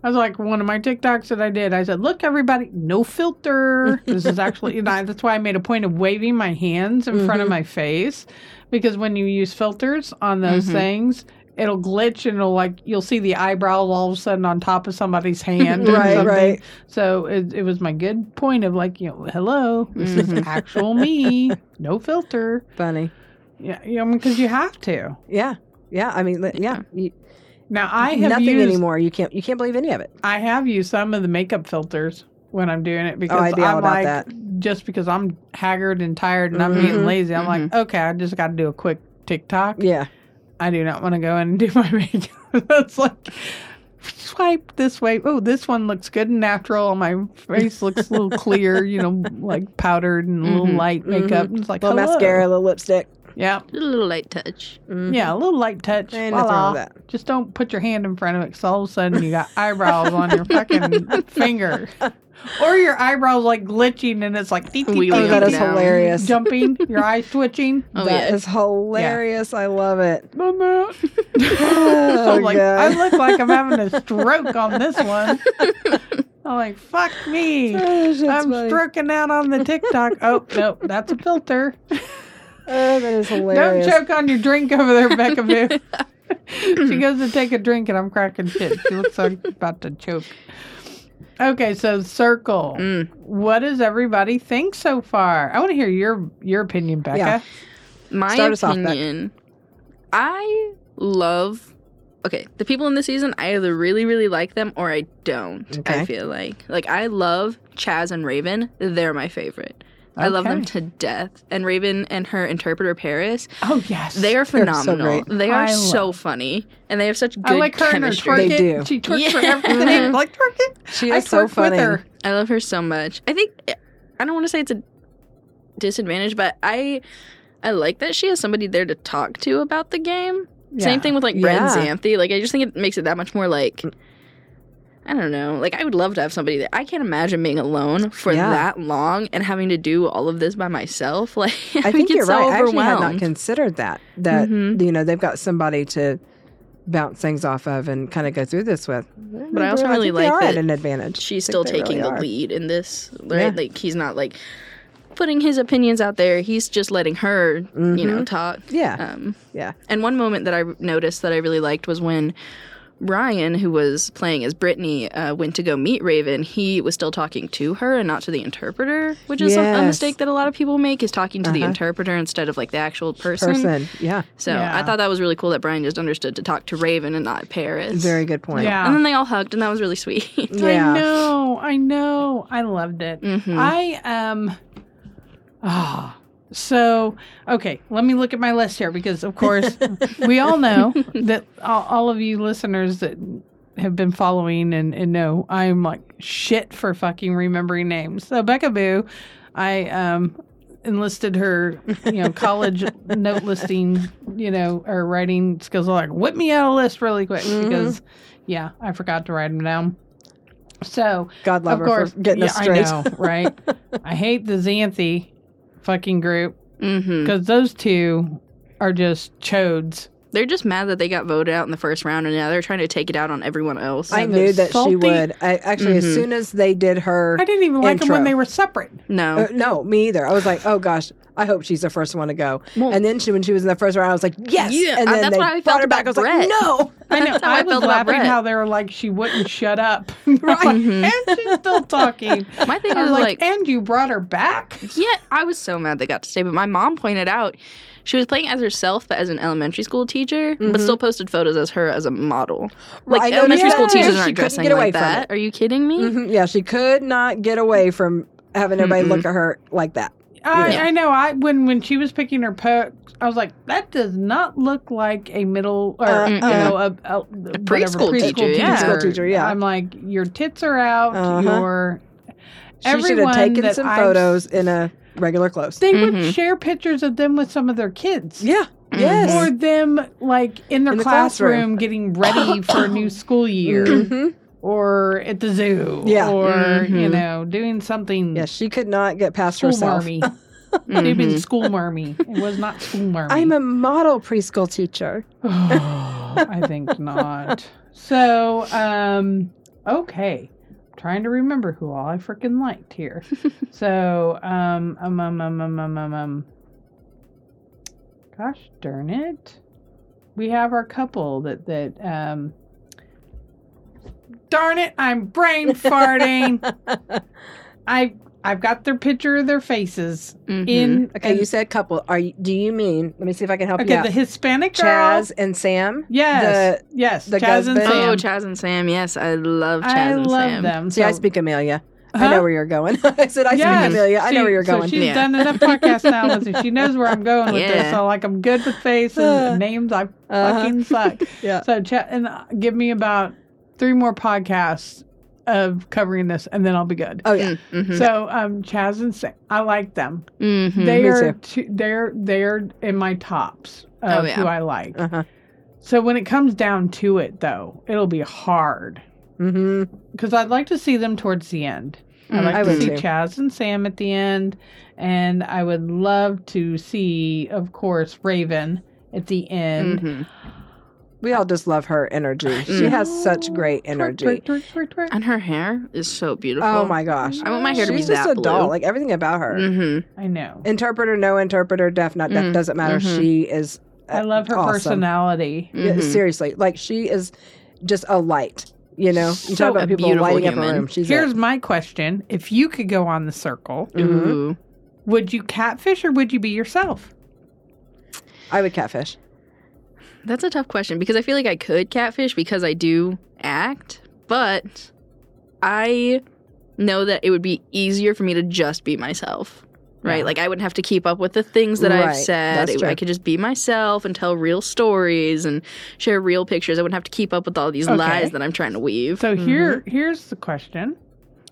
S1: I was like one of my TikToks that I did. I said, "Look, everybody, no
S2: [LAUGHS]
S1: filter. This is actually and I, that's why I made a point of waving my hands in front of
S2: Mhm.
S1: my face, because when you use filters on those
S3: Mhm.
S2: Mm-hmm.
S1: things, it'll glitch and it'll like you'll see the eyebrow all of a sudden on top of somebody's hand. or
S2: Right,
S1: something.
S2: right.
S1: So it, it was my good point of like, you know, hello, this is
S2: Mm-hmm.
S3: Mhm.
S1: actual me, no filter.
S2: Funny.
S1: Yeah, you know, because you have to.
S2: Yeah. Yeah, I mean, li- yeah. You,
S1: Now I have
S2: nothing
S1: used,
S2: anymore. You can't you can't believe any of it. Oh,
S1: I have used some of the makeup filters when I'm doing it because
S2: Oh, I'd be all
S1: I'm
S2: about
S1: like,
S2: that.
S1: just because I'm haggard and tired and I'm getting
S2: Mhm.
S1: lazy, I'm like, okay, I just got to do a quick TikTok.
S2: Yeah.
S1: I do not want to go in and do my [LAUGHS] makeup. That's like swipe this way. Oh, this one looks good and natural. My face looks a little clear, you know, like powdered and a little
S3: Mhm.
S1: light makeup. It's like
S2: Mm-hmm. little
S1: hello.
S2: mascara, little lipstick.
S1: Yeah,
S3: A little light touch.
S2: Mhm.
S1: yeah, a little light touch.
S2: Ain't nothing
S1: voila.
S2: wrong with that.
S1: Just don't put your hand in front of it. 'cause all of a sudden you
S2: [LAUGHS]
S1: got eyebrows on your fucking finger, or your eyebrows like glitching and it's like
S2: [LAUGHS]
S1: dee, dee,
S3: We
S1: dee,
S2: Oh,
S3: will
S2: that
S1: dee,
S2: is
S1: dee,
S3: now.
S2: hilarious.
S1: jumping, your eyes
S2: [LAUGHS]
S1: twitching.
S3: Oh,
S2: That
S3: yeah.
S2: is hilarious. I love it.
S1: Mama.
S2: Oh,
S1: [LAUGHS] I'm like, I
S2: God.
S1: look like I'm having a stroke on this one. I'm like, fuck me.
S2: [LAUGHS] Oh, shit's
S1: I'm
S2: funny.
S1: stroking out on the TikTok. Oh, no, that's a filter.
S2: Oh, that is hilarious.
S1: Don't choke on your drink over there, Becca
S2: [LAUGHS]
S1: Boo. she goes to take a drink and I'm cracking shit. She looks like about to choke. Okay, so circle.
S3: Mm.
S1: What does everybody think so far? I want to hear your your opinion, Becca.
S2: Yeah.
S3: My
S2: Start us off, Beck.
S3: opinion, I love. Okay, the people in this season, I either really, really like them or I don't.
S2: Okay.
S3: I feel like, like I love Chaz and Raven. They're my favorite. I love them
S1: Okay.
S3: to death. And Raven and her interpreter Paris,
S1: Oh yes,
S3: they
S2: They're
S3: are
S2: so
S3: phenomenal.
S2: great.
S3: they are
S1: I
S3: so
S1: love-
S3: funny, and they have such good
S1: I like her
S3: chemistry.
S1: and her twerk
S2: They
S1: it.
S2: do.
S1: She twerks for
S3: Yeah.
S1: everything.
S2: [LAUGHS]
S1: like twerk it.
S2: She
S1: I
S2: is so
S1: twerked
S2: funny.
S1: with her.
S3: I love her so much. I think I don't want to say it's a disadvantage, but I I like that she has somebody there to talk to about the game.
S1: Yeah.
S3: Same thing with like Brad and
S2: Yeah. Mm.
S3: Xanthi. Like I just think it makes it that much more like I don't know. Like I would love to have somebody there. I can't imagine being alone for
S2: Yeah.
S3: that long and having to do all of this by myself. [LAUGHS] Like I,
S2: I think
S3: get
S2: you're
S3: so
S2: right. I actually had not
S3: overwhelmed.
S2: considered that. That
S3: Mhm.
S2: you know they've got somebody to bounce things off of and kind of go through this with. But
S3: I also really
S2: they
S3: like
S2: are at
S3: that
S2: an advantage.
S3: she's
S2: I think
S3: still
S2: they
S3: taking
S2: really
S3: the
S2: are.
S3: lead in this, right?
S2: Yeah.
S3: Like he's not like putting his opinions out there. He's just letting her, you know, talk.
S2: Mm-hmm. Yeah,
S3: Um,
S2: yeah.
S3: and one moment that I noticed that I really liked was when Ryan, who was playing as Brittany, uh, went to go meet Raven. He was still talking to her and not to the interpreter, which is some- a
S2: Yes.
S3: mistake that a lot of people make is talking to the
S2: Uh-huh.
S3: interpreter instead of like the actual person.
S2: Person. Yeah,
S3: So
S1: Yeah.
S3: I thought that was really cool that Brian just understood to talk to Raven and not Paris.
S2: very good point.
S1: Yeah.
S3: And then they all hugged, and that was really sweet. [LAUGHS]
S1: I
S2: yeah.
S1: know, I know. I loved it.
S3: Mhm.
S1: I um ah so okay, let me look at my list here because of
S2: [LAUGHS]
S1: course we all know that all, all of you listeners that have been following and, and know I'm like shit for fucking remembering names. So Becca Boo, I um enlisted her, you know,
S2: [LAUGHS]
S1: college note listing, you know, or writing skills. Like, whip me out a list really quick
S2: Mm-hmm.
S1: because, yeah, I forgot to write them down. So,
S2: God love
S1: of course,
S2: her for getting
S1: yeah,
S2: us straight.
S1: I know,
S2: [LAUGHS]
S1: right? I hate the Xanthi fucking group
S3: hmm
S1: because those two are just chodes.
S3: They're just mad that they got voted out in the first round, and now they're trying to take it out on everyone else.
S2: I
S1: So
S2: knew
S1: they're
S2: that
S1: salty.
S2: she would. I actually, as
S3: Mhm.
S2: soon as they did her, uh,
S1: I didn't even like them when
S2: Intro.
S1: they were separate.
S3: no.
S2: Uh, no, me either. I was like, oh gosh, I hope she's the first one to go.
S3: Well-
S2: and then she, when she was in the first round, I was like, yes.
S3: Yeah,
S2: and
S3: uh,
S2: then
S3: that's
S2: they
S3: what I
S2: brought
S3: felt
S2: her back. I was
S3: about
S2: like,
S3: Brett.
S1: [LAUGHS]
S2: no.
S1: I know.
S3: That's how I
S1: was
S3: felt about
S1: laughing
S3: Brett.
S1: how they were like she wouldn't shut up, [LAUGHS]
S2: Right.
S1: and she's still talking.
S3: My thing
S1: I
S3: is
S1: was
S3: like,
S1: like, and you brought her back.
S3: yeah, I was so mad they got to stay. But my mom pointed out she was playing as herself, but as an elementary school teacher, but still posted photos as her as a model.
S2: Mm-hmm. Right,
S3: Like
S2: I noticed
S3: elementary school
S2: that.
S3: teachers
S2: She
S3: aren't
S2: couldn't
S3: dressing
S2: get away
S3: like
S2: from
S3: that. Are you kidding me?
S2: Mhm. Yeah, she could not get away from having everybody look at her like that.
S1: I,
S3: Yeah.
S1: I know. I when when she was picking her pet, I was like, that does not look like a middle or
S2: Uh,
S1: you know a, a, whatever,
S3: preschool teacher, yeah.
S2: Preschool teacher, yeah.
S1: I'm like, your tits are out.
S2: Uh-huh.
S1: Your
S2: She should
S1: Everyone
S2: have taken
S1: that
S2: some
S1: I've-
S2: photos in a regular clothes.
S1: they
S3: Mhm.
S1: would share pictures of them with some of their kids.
S2: yeah.
S3: Mhm.
S2: Yes. [LAUGHS]
S1: Or them like in their
S2: In the
S1: classroom,
S2: classroom.
S1: getting ready for a
S2: [COUGHS]
S1: new school year,
S2: Mhm.
S1: or at the zoo,
S2: Yeah. Mm-hmm.
S1: or you
S3: Mhm.
S1: know doing something
S2: Yeah, she could not get past
S1: school
S2: herself. [LAUGHS]
S1: marmy.
S3: Mhm.
S1: It had been school marmy. It was not school marmy.
S2: I'm a model preschool teacher.
S1: [SIGHS] I think not. So, um, okay. Trying to remember who all I freaking liked
S2: [LAUGHS]
S1: here. So, um, um, um, um, um, um, um, um. Gosh darn it. We have our couple that, that, um, darn it, I'm brain
S2: [LAUGHS]
S1: farting. I, I've got their picture of their faces
S2: Mm-hmm.
S3: Mhm.
S1: in.
S2: Okay, you said couple. Are you, do you mean? Let me see if I can help
S1: okay,
S2: you out.
S1: the Hispanic girl.
S2: Chaz and Sam.
S1: Yes. yes.
S2: the
S1: Chaz and
S2: husband.
S1: Sam.
S3: Oh, Chaz and Sam. Yes, I love Oh, Chaz
S1: I
S3: and
S1: love
S3: Sam.
S1: them.
S2: See, I
S1: so-
S2: speak Amelia. I
S1: Huh?
S2: know where you're going. [LAUGHS] I said I
S1: Yes.
S2: speak Amelia. I know
S1: See,
S2: where you're
S1: So
S2: going.
S1: she's
S3: Yeah.
S1: done enough
S3: [LAUGHS]
S1: podcasts now. Listen, she knows where I'm going with
S3: Yeah.
S1: this. So like, I'm good with faces
S2: Uh,
S1: and names. I
S2: uh-huh.
S1: fucking
S2: [LAUGHS]
S1: suck.
S2: yeah.
S1: So chat and uh, give me about three more podcasts of covering this, and then I'll be good.
S2: Oh yeah.
S3: Mhm.
S1: So um, Chaz and Sam, I like them.
S3: Mhm.
S1: They
S2: Me
S1: are
S2: too.
S1: two, they're they're in my tops of
S3: Oh, yeah.
S1: who I like.
S2: Uh-huh.
S1: So when it comes down to it, though, it'll be hard
S2: hmm
S1: because I'd like to see them towards the end. I'd
S3: Mm.
S1: like
S2: I
S1: to
S2: would
S1: see
S2: too.
S1: Chaz and Sam at the end, and I would love to see, of course, Raven at the end.
S3: Mhm.
S2: We all just love her energy. She has such great Mm-hmm. energy.
S1: Twerk, twerk, twerk, twerk, twerk.
S3: And her hair is so beautiful.
S2: Oh my gosh.
S3: I want my hair to be
S2: She's just
S3: that
S2: a doll.
S3: blue.
S2: Like everything about her.
S3: Mhm.
S1: I know.
S2: Interpreter, no interpreter, deaf, not deaf,
S3: Mm.
S2: doesn't matter.
S3: Mhm.
S2: She is. uh,
S1: I love her
S2: awesome.
S1: personality.
S2: Yeah,
S3: Mhm.
S2: seriously, like she is just a light. You know, you
S1: So-
S2: talk
S3: A
S2: about people
S3: beautiful
S2: lighting up a
S3: human.
S2: room. She's
S1: Here's
S2: Here's,
S1: my question: If you could go on the circle,
S2: Mhm.
S3: Ooh.
S1: would you catfish or would you be yourself?
S2: I would catfish.
S3: That's a tough question because I feel like I could catfish because I do act, but I know that it would be easier for me to just be myself. Right?
S1: Yeah.
S3: Like I wouldn't have to keep up with the things that I've
S2: Right.
S3: said.
S2: That's
S3: It-
S2: true.
S3: I could just be myself and tell real stories and share real pictures. I wouldn't have to keep up with all these
S1: Okay.
S3: lies that I'm trying to weave.
S1: So
S2: Mm-hmm.
S1: here, here's the question: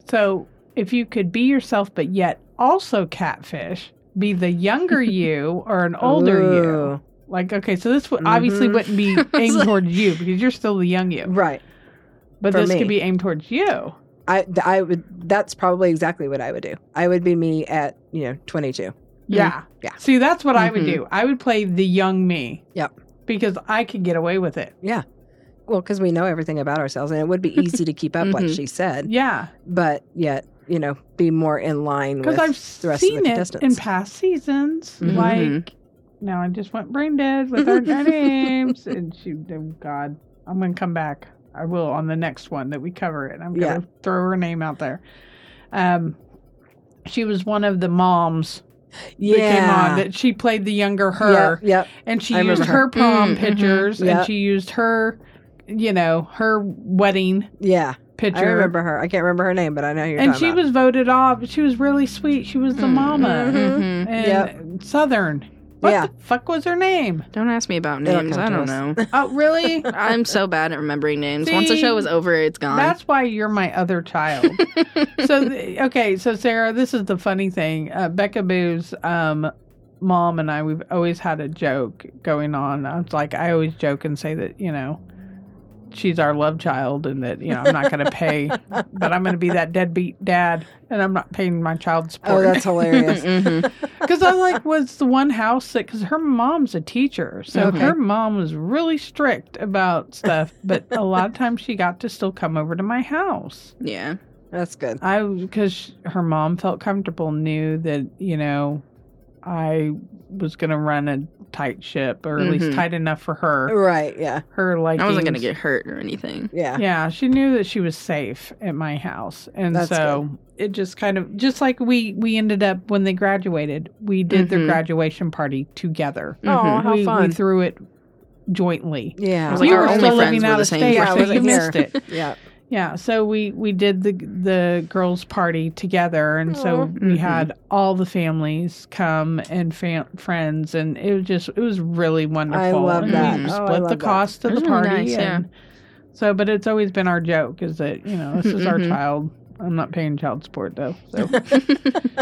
S1: So if you could be yourself, but yet also catfish, be the
S2: [LAUGHS]
S1: younger you or an older you?
S2: Ooh.
S1: Like, okay, so this would obviously
S2: Mhm.
S1: wouldn't
S2: [LAUGHS]
S1: be aimed towards you because you're still the young you.
S2: Right.
S1: But
S2: For
S1: this
S2: me.
S1: could be aimed towards you.
S2: I th- I would. That's probably exactly what I would do. I would be me at you know 22.
S1: Yeah.
S2: Yeah.
S1: Mm.
S2: Mm-hmm.
S1: See, that's what I would
S3: Mhm.
S1: do. I would play the young me.
S2: Yep.
S1: Because I could get away with it.
S2: Well, because we know everything about ourselves, and it would be easy to keep up, like
S1: Mm-hmm.
S3: Mhm.
S2: she said.
S1: Yeah.
S2: But yet, you know, be more in line with
S1: Because I've
S2: the rest of
S1: seen it in
S2: the contestants.
S1: past seasons.
S2: Mhm.
S1: Like, now I just went brain dead with our names. [LAUGHS] And she, oh God, I'm going to come back. I will on the next one that we cover it. I'm going
S2: Yeah.
S1: to throw her name out there. Um, she was one of the moms
S2: yeah.
S1: that came on that she played the younger her
S2: Yep. yep.
S1: and she
S2: I remember
S1: used her,
S2: her. Mm-hmm.
S1: prom
S3: Mm, mhm.
S1: pictures
S2: Yeah.
S1: and she used her you know her wedding
S2: Yeah.
S1: picture
S2: I remember her. I can't remember her name, but I know who you're
S1: and
S2: talking
S1: she
S2: about. Mm-hmm.
S1: was voted off she was really sweet she was the mama
S3: Mhm.
S1: and
S2: Yep.
S1: southern what
S2: Yeah.
S1: the fuck was her name
S3: Don't ask me about
S2: It'll
S3: names.
S2: come
S3: I
S2: to
S3: don't
S2: us.
S3: know.
S2: [LAUGHS]
S1: oh really
S3: I'm so bad at remembering names. Once the
S1: See,
S3: show is over, it's gone.
S1: That's why you're my other child.
S2: [LAUGHS]
S1: so, th- okay, so Sarah, this is the funny thing. Uh, Becca Boo's um, mom and I, we've always had a joke going on. I was like, I always joke and say that, you know, she's our love child and that, you know, I'm not going to
S2: [LAUGHS]
S1: pay, but I'm going to be that deadbeat dad and I'm not paying my child
S2: Oh,
S1: support. [LAUGHS]
S2: that's hilarious.
S3: Mhm.
S1: Because I like, was the one house that, because her mom's a teacher. So
S3: Okay.
S1: her mom was really strict about stuff, but a lot of times she got to still come over to my house.
S3: Yeah.
S2: That's good.
S1: I because her mom felt comfortable, knew that you know I was gonna run a tight ship, or at least
S3: Mhm.
S1: tight enough for her.
S2: Right. Yeah.
S1: Her like
S3: I wasn't gonna get [LAUGHS] hurt or
S2: [LAUGHS]
S3: anything.
S2: Yeah.
S1: Yeah, she knew that she was safe at my house, and
S2: That's
S1: so it just kind of just like we we ended up when they graduated. We did their
S3: Mhm.
S1: graduation party together.
S2: Oh,
S3: Mhm.
S2: how
S1: we,
S2: fun.
S1: we threw it jointly.
S2: Yeah.
S3: I was like,
S1: you
S3: our
S1: were
S3: only
S1: still
S3: friends
S1: living
S3: were
S1: out
S3: the
S1: of
S3: same
S1: state,
S2: friends.
S1: so
S2: Yeah, I
S1: you missed
S2: wasn't
S1: it.
S2: yeah.
S1: Yeah, so we we did the the girls' party together, and so
S2: Aw.
S1: we
S3: Mhm.
S1: had all the families come and fam- friends, and it was just it was really wonderful.
S2: love
S1: and
S3: that.
S1: We
S2: Oh, I
S1: split
S2: love
S1: the
S2: that.
S1: cost of the
S3: That's really
S1: party,
S3: Mm-hmm. nice, yeah.
S1: and so but it's always been our joke is that you know this is our
S3: Mhm.
S1: child. I'm not paying child support though,
S3: [LAUGHS]
S1: so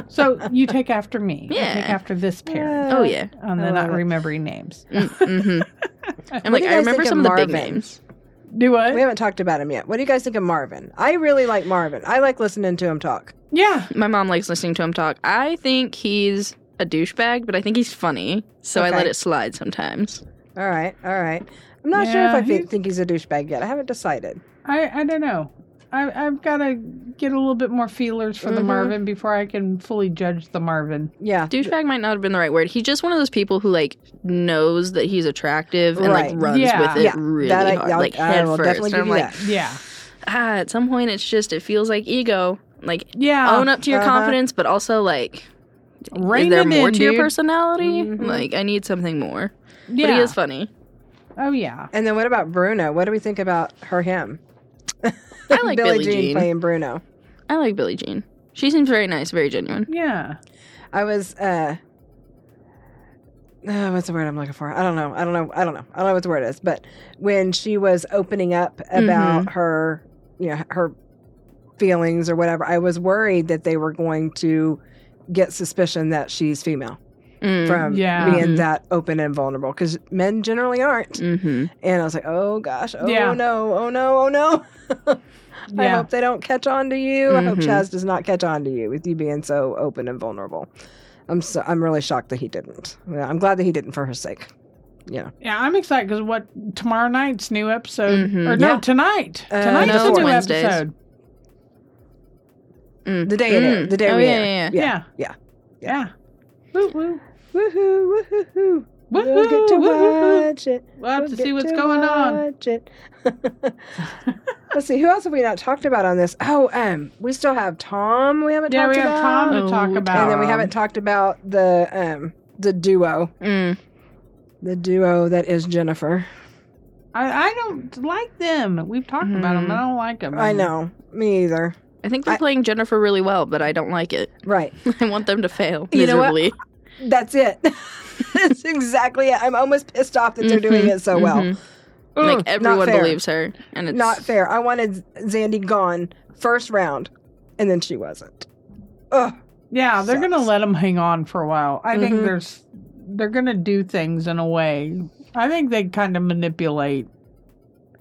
S1: so you take after me, I
S3: Yeah.
S1: take after this parent,
S3: oh yeah.
S1: and then
S2: I
S1: I
S2: love it.
S1: remembering names.
S3: Mm-hmm.
S2: [LAUGHS]
S3: I'm
S2: What do
S3: like,
S2: you
S3: I
S2: guys
S3: remember
S2: think
S3: some
S2: of
S3: of the big
S2: Marvin?
S3: names.
S1: Do what?
S2: We haven't talked about him yet. What do you guys think of Marvin? I really like Marvin. I like listening to him talk.
S1: Yeah,
S3: My mom likes listening to him talk. I think he's a douchebag, but I think he's funny, so I
S2: Okay.
S3: let it slide sometimes.
S2: All right. All right. I'm not sure if
S1: Yeah,
S2: I fe-
S1: he's-
S2: think he's a douchebag yet. I haven't decided.
S1: I I don't know. I I've got to get a little bit more feelers for the
S2: Mhm.
S1: Marvin before I can fully judge the Marvin.
S2: Yeah.
S3: Douchebag might not have been the right word. He's just one of those people who like knows that he's attractive and
S2: Right.
S3: like runs
S1: Yeah.
S3: with it
S2: Yeah.
S3: really
S2: That I-
S3: hard,
S2: I'll-
S3: like
S2: I
S3: head
S2: will
S3: first.
S2: definitely
S3: and I'm
S2: give you
S3: like,
S1: Yeah.
S3: ah, at some point, it's just it feels like ego. Like
S1: Yeah.
S3: own up to your
S2: uh-huh.
S3: confidence, but also like,
S1: Rein
S3: is there
S1: it
S3: more
S1: in,
S3: to your
S1: dude.
S3: personality?
S2: Mhm.
S3: Like, I need something more.
S1: Yeah.
S3: But he is funny.
S1: oh yeah.
S2: And then what about Bruno? What do we think about her him?
S3: I
S2: [LAUGHS]
S3: like
S2: Billie
S3: Billie
S2: Jean,
S3: Jean.
S2: playing Bruno.
S3: I like Billie Jean. She seems very nice, very genuine.
S1: Yeah.
S2: I was uh uh, what's the word I'm looking for? I don't know. I don't know. I don't know. I don't know what the word is. But when she was opening up
S1: Mm-hmm.
S2: about her, you know, her feelings or whatever, I was worried that they were going to get suspicion that she's female
S3: Mm.
S2: from
S1: Yeah. Mm-hmm.
S2: being
S3: Mhm.
S2: that open and vulnerable because men generally aren't.
S3: hmm
S2: And I was like, oh gosh, oh
S1: Yeah.
S2: no, oh no, oh no. I
S1: Yeah.
S2: hope they don't catch on to you. I hope
S3: Mhm.
S2: Chaz does not catch on to you with you being so open and vulnerable. I'm so I'm really shocked that he didn't. Yeah, I'm glad that he didn't for her sake.
S1: Yeah, I'm excited because what tomorrow night's new episode
S3: Mhm.
S1: or no
S2: Mm-hmm. Yeah.
S1: tonight
S2: Uh,
S1: tonight's
S2: no,
S1: a new
S3: Wednesdays.
S1: episode.
S2: The day it aired- the day
S3: oh,
S2: we
S3: yeah,
S2: aired.
S3: yeah, yeah.
S1: Yeah.
S2: yeah,
S1: Yeah. Woo woo.
S2: Woohoo! Woohoo!
S1: Woo
S2: We'll get to
S1: woo.
S2: watch it.
S1: We'll have
S2: We'll
S1: to
S2: get
S1: see what's going on.
S2: watch it. [LAUGHS] Let's see. Who else have we not talked about on this? Oh, um, we still have Tom. We haven't
S1: Yeah,
S2: talked
S1: we have
S2: about.
S1: Tom to
S3: Oh,
S1: talk
S3: Tom.
S1: about.
S2: and then we
S3: Um,
S2: haven't talked about the um the duo
S3: Mm.
S2: the duo that is jennifer
S1: I, I don't like them. We've talked about them.
S3: Mhm.
S1: I don't like them.
S2: Mm-hmm. i know me either
S3: I think they're
S2: I-
S3: playing Jennifer really well, but I don't like it. [LAUGHS]
S2: right
S3: I want them to fail
S2: You know what?
S3: miserably.
S2: [LAUGHS] that's it [LAUGHS] that's exactly it i'm almost pissed off that they're doing
S1: Mm-hmm.
S3: Mhm,
S2: it so well
S3: mhm.
S2: Mm,
S3: Like everyone
S2: fair.
S3: believes her, and it's
S2: not fair i wanted zandy gone first round and then she wasn't Ugh.
S1: Yeah, they're gonna
S2: Sucks.
S1: let them hang on for a while. I think
S2: Mhm.
S1: there's they're gonna do things in a way. I think they kind of manipulate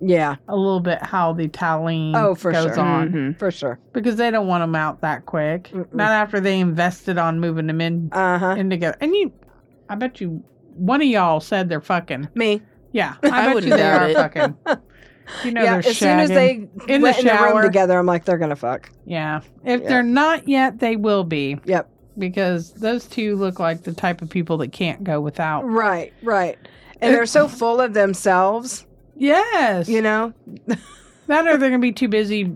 S2: yeah
S1: a little bit how the tallying
S2: Oh, for
S1: goes
S2: sure.
S1: on
S3: Mhm.
S2: for sure
S1: because they don't want them out that quick.
S2: Mm-mm.
S1: Not after they invested on moving them in
S2: uh-huh
S1: in together. And you, I bet you, one of y'all said they're fucking.
S2: me [LAUGHS]
S1: Yeah, I,
S3: I
S1: bet you
S3: wouldn't
S1: they
S3: doubt
S1: are
S3: it.
S1: fucking. You know,
S2: yeah
S1: they're
S2: as soon as
S1: shagging.
S2: they
S1: In the
S2: went in the room
S1: shower.
S2: together i'm like they're gonna fuck
S1: Yeah, if
S2: Yeah.
S1: they're not yet, they will be
S2: yep
S1: because those two look like the type of people that can't go without.
S2: right right and they're so full of themselves
S1: Yes,
S2: you know
S1: That or they're going to be too busy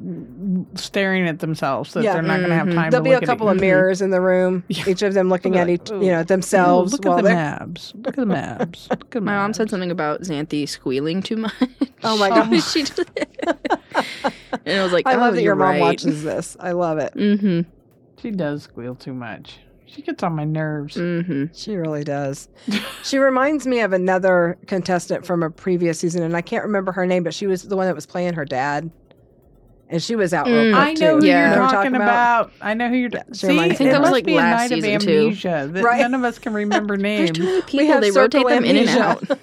S1: staring at themselves that
S2: Yeah. Mm-hmm.
S1: they're not going to have
S3: Mhm.
S1: time
S2: There'll
S1: to
S2: be a
S1: look at
S2: couple
S1: it.
S2: of mirrors in the room,
S1: [LAUGHS] Yeah.
S2: each of them looking
S1: Be
S2: at
S1: like,
S2: each, you
S1: "Ooh,
S2: know, themselves.
S1: Ooh, look
S2: while
S1: at the
S2: they're-
S1: abs. Look at the
S2: [LAUGHS]
S1: abs. Look at
S3: My mom said
S1: abs.
S3: something about Xanthi squealing too much.
S2: Oh my
S1: Oh.
S2: gosh!
S3: [LAUGHS] she did
S2: [LAUGHS]
S3: and I was like,
S2: I love
S3: oh,
S2: that your
S3: you're
S2: mom
S3: right.
S2: watches this. I love it.
S3: Mm-hmm.
S1: She does squeal too much. She gets on my nerves.
S2: Mm,
S3: Mm-hmm.
S2: She really does. she reminds me of another contestant from a previous season, and I can't remember her name, but she was the one that was playing her dad, and she was out. real
S3: Mm.
S2: quick,
S1: I know
S2: too.
S1: who
S3: Yeah.
S1: you're
S2: Know what I'm
S1: talking about. I know who you're.
S2: Yeah,
S1: talking
S2: she
S1: See,
S2: reminds
S1: it
S2: me of
S1: must
S2: her.
S3: Like
S1: be a
S3: last
S1: night of
S3: season, too.
S1: amnesia that
S2: Right.
S1: none of us can
S2: [LAUGHS]
S1: remember
S3: There's
S1: names.
S3: too many
S2: We
S3: people.
S2: have
S3: They rotate
S2: circle
S3: them in and
S2: amnesia.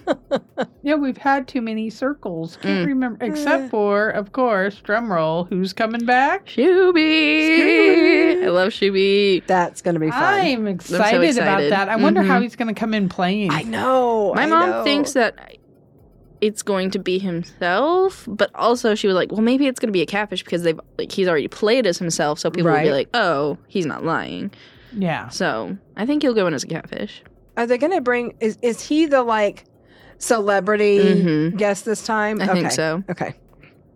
S3: out.
S1: yeah, we've had too many circles.
S2: Mm.
S1: Can't remember, except for, of course, drumroll. Who's coming back?
S3: Shuby. I love
S2: [LAUGHS]
S3: Shuby.
S2: That's going to be fun.
S1: I'm excited, about
S3: excited.
S1: that. I wonder how
S3: Mhm.
S1: he's going to come in playing.
S2: Mm-hmm. I know.
S3: My
S2: I
S3: mom
S2: know.
S3: thinks that it's going to be himself, but also she was like, well, maybe it's going to be a catfish because they've like he's already played as himself, so people will be
S2: Right.
S3: like, oh, he's not lying.
S1: Yeah.
S3: So I think he'll go in as a catfish.
S2: Are they going to bring? Is is he the like celebrity
S3: Mhm.
S2: guest this time?
S3: I
S2: okay.
S3: think so.
S2: Okay,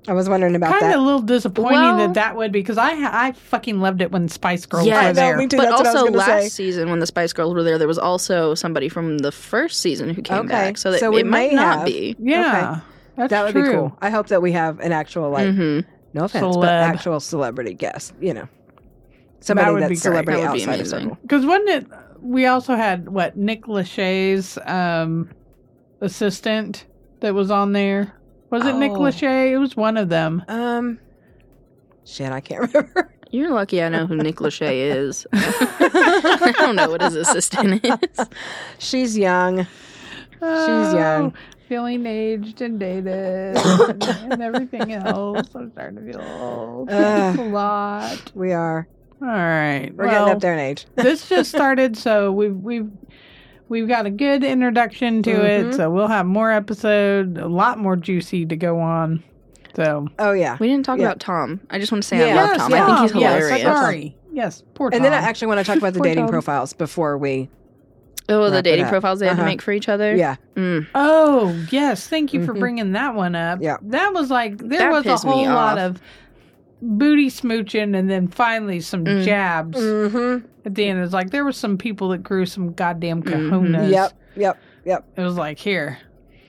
S2: I was wondering about
S1: Kind of
S2: that.
S1: a little disappointing
S3: Well-
S1: that that would because I I fucking loved it when Spice Girls
S3: Yes. I
S1: were
S3: know,
S1: there.
S2: me too.
S3: but
S2: That's what I was
S3: also
S2: gonna
S3: last
S2: say.
S3: season when the Spice Girls were there, there was also somebody from the first season who came
S2: Okay,
S3: back. So, that
S2: so we
S3: it might
S2: may
S3: not
S2: have.
S3: be.
S1: Yeah, that's
S2: That would
S1: true.
S2: be cool. I hope that we have an actual like
S3: hmm
S2: no offense, but
S1: Celeb.
S2: actual celebrity guest. You know, somebody
S1: would be
S2: that's
S1: great.
S2: celebrity
S3: That would be
S2: outside of
S3: amazing.
S2: circle.
S1: Because wasn't it? We also had what Nick Lachey's um, assistant that was on there. Was it Nick
S2: Oh.
S1: Lachey? It was one of them.
S2: Um, shit, I can't [LAUGHS] remember.
S3: You're lucky I know who Nick
S2: [LAUGHS]
S3: Lachey is. I don't know what his assistant is.
S2: She's young.
S1: Oh,
S2: young.
S1: feeling aged and
S2: [COUGHS]
S1: dated, and, and everything else. I'm starting to feel old.
S2: Ugh.
S1: It's a lot.
S2: We are.
S1: All right,
S2: We're
S1: well,
S2: getting up there in age.
S1: this just started, so we've we've we've got a good introduction to
S2: Mhm.
S3: Mm-hmm.
S1: it. So we'll have more episode, a lot more juicy to go on. So
S2: Oh yeah.
S3: We didn't talk
S2: Yeah.
S3: about Tom. I just want to say I
S2: Yeah. uh,
S3: love
S2: Yes,
S3: Tom. I think he's
S2: Tom.
S1: yes,
S3: hilarious.
S1: sorry. Yes, poor Tom.
S2: And then I actually want to
S3: [LAUGHS]
S2: talk about the
S1: Poor
S2: dating
S1: Tom.
S2: profiles before we.
S3: Oh,
S2: Wrap
S3: the
S2: it
S3: dating
S2: up.
S3: profiles they had
S2: Uh-huh.
S3: to make for each other.
S2: Yeah.
S3: Mm.
S1: oh yes, thank you for
S2: Mhm.
S1: bringing that one up.
S2: Yeah.
S1: that was like there
S3: That
S1: was a
S3: pissed me
S1: whole lot
S3: off.
S1: of booty smooching, and then finally some
S3: Mm.
S1: jabs
S2: Mm-hmm.
S1: at the end. It was like there were some people that grew some goddamn
S3: Mhm.
S1: kahunas.
S2: Mm-hmm. Yep. Yep. Yep.
S1: it was like here,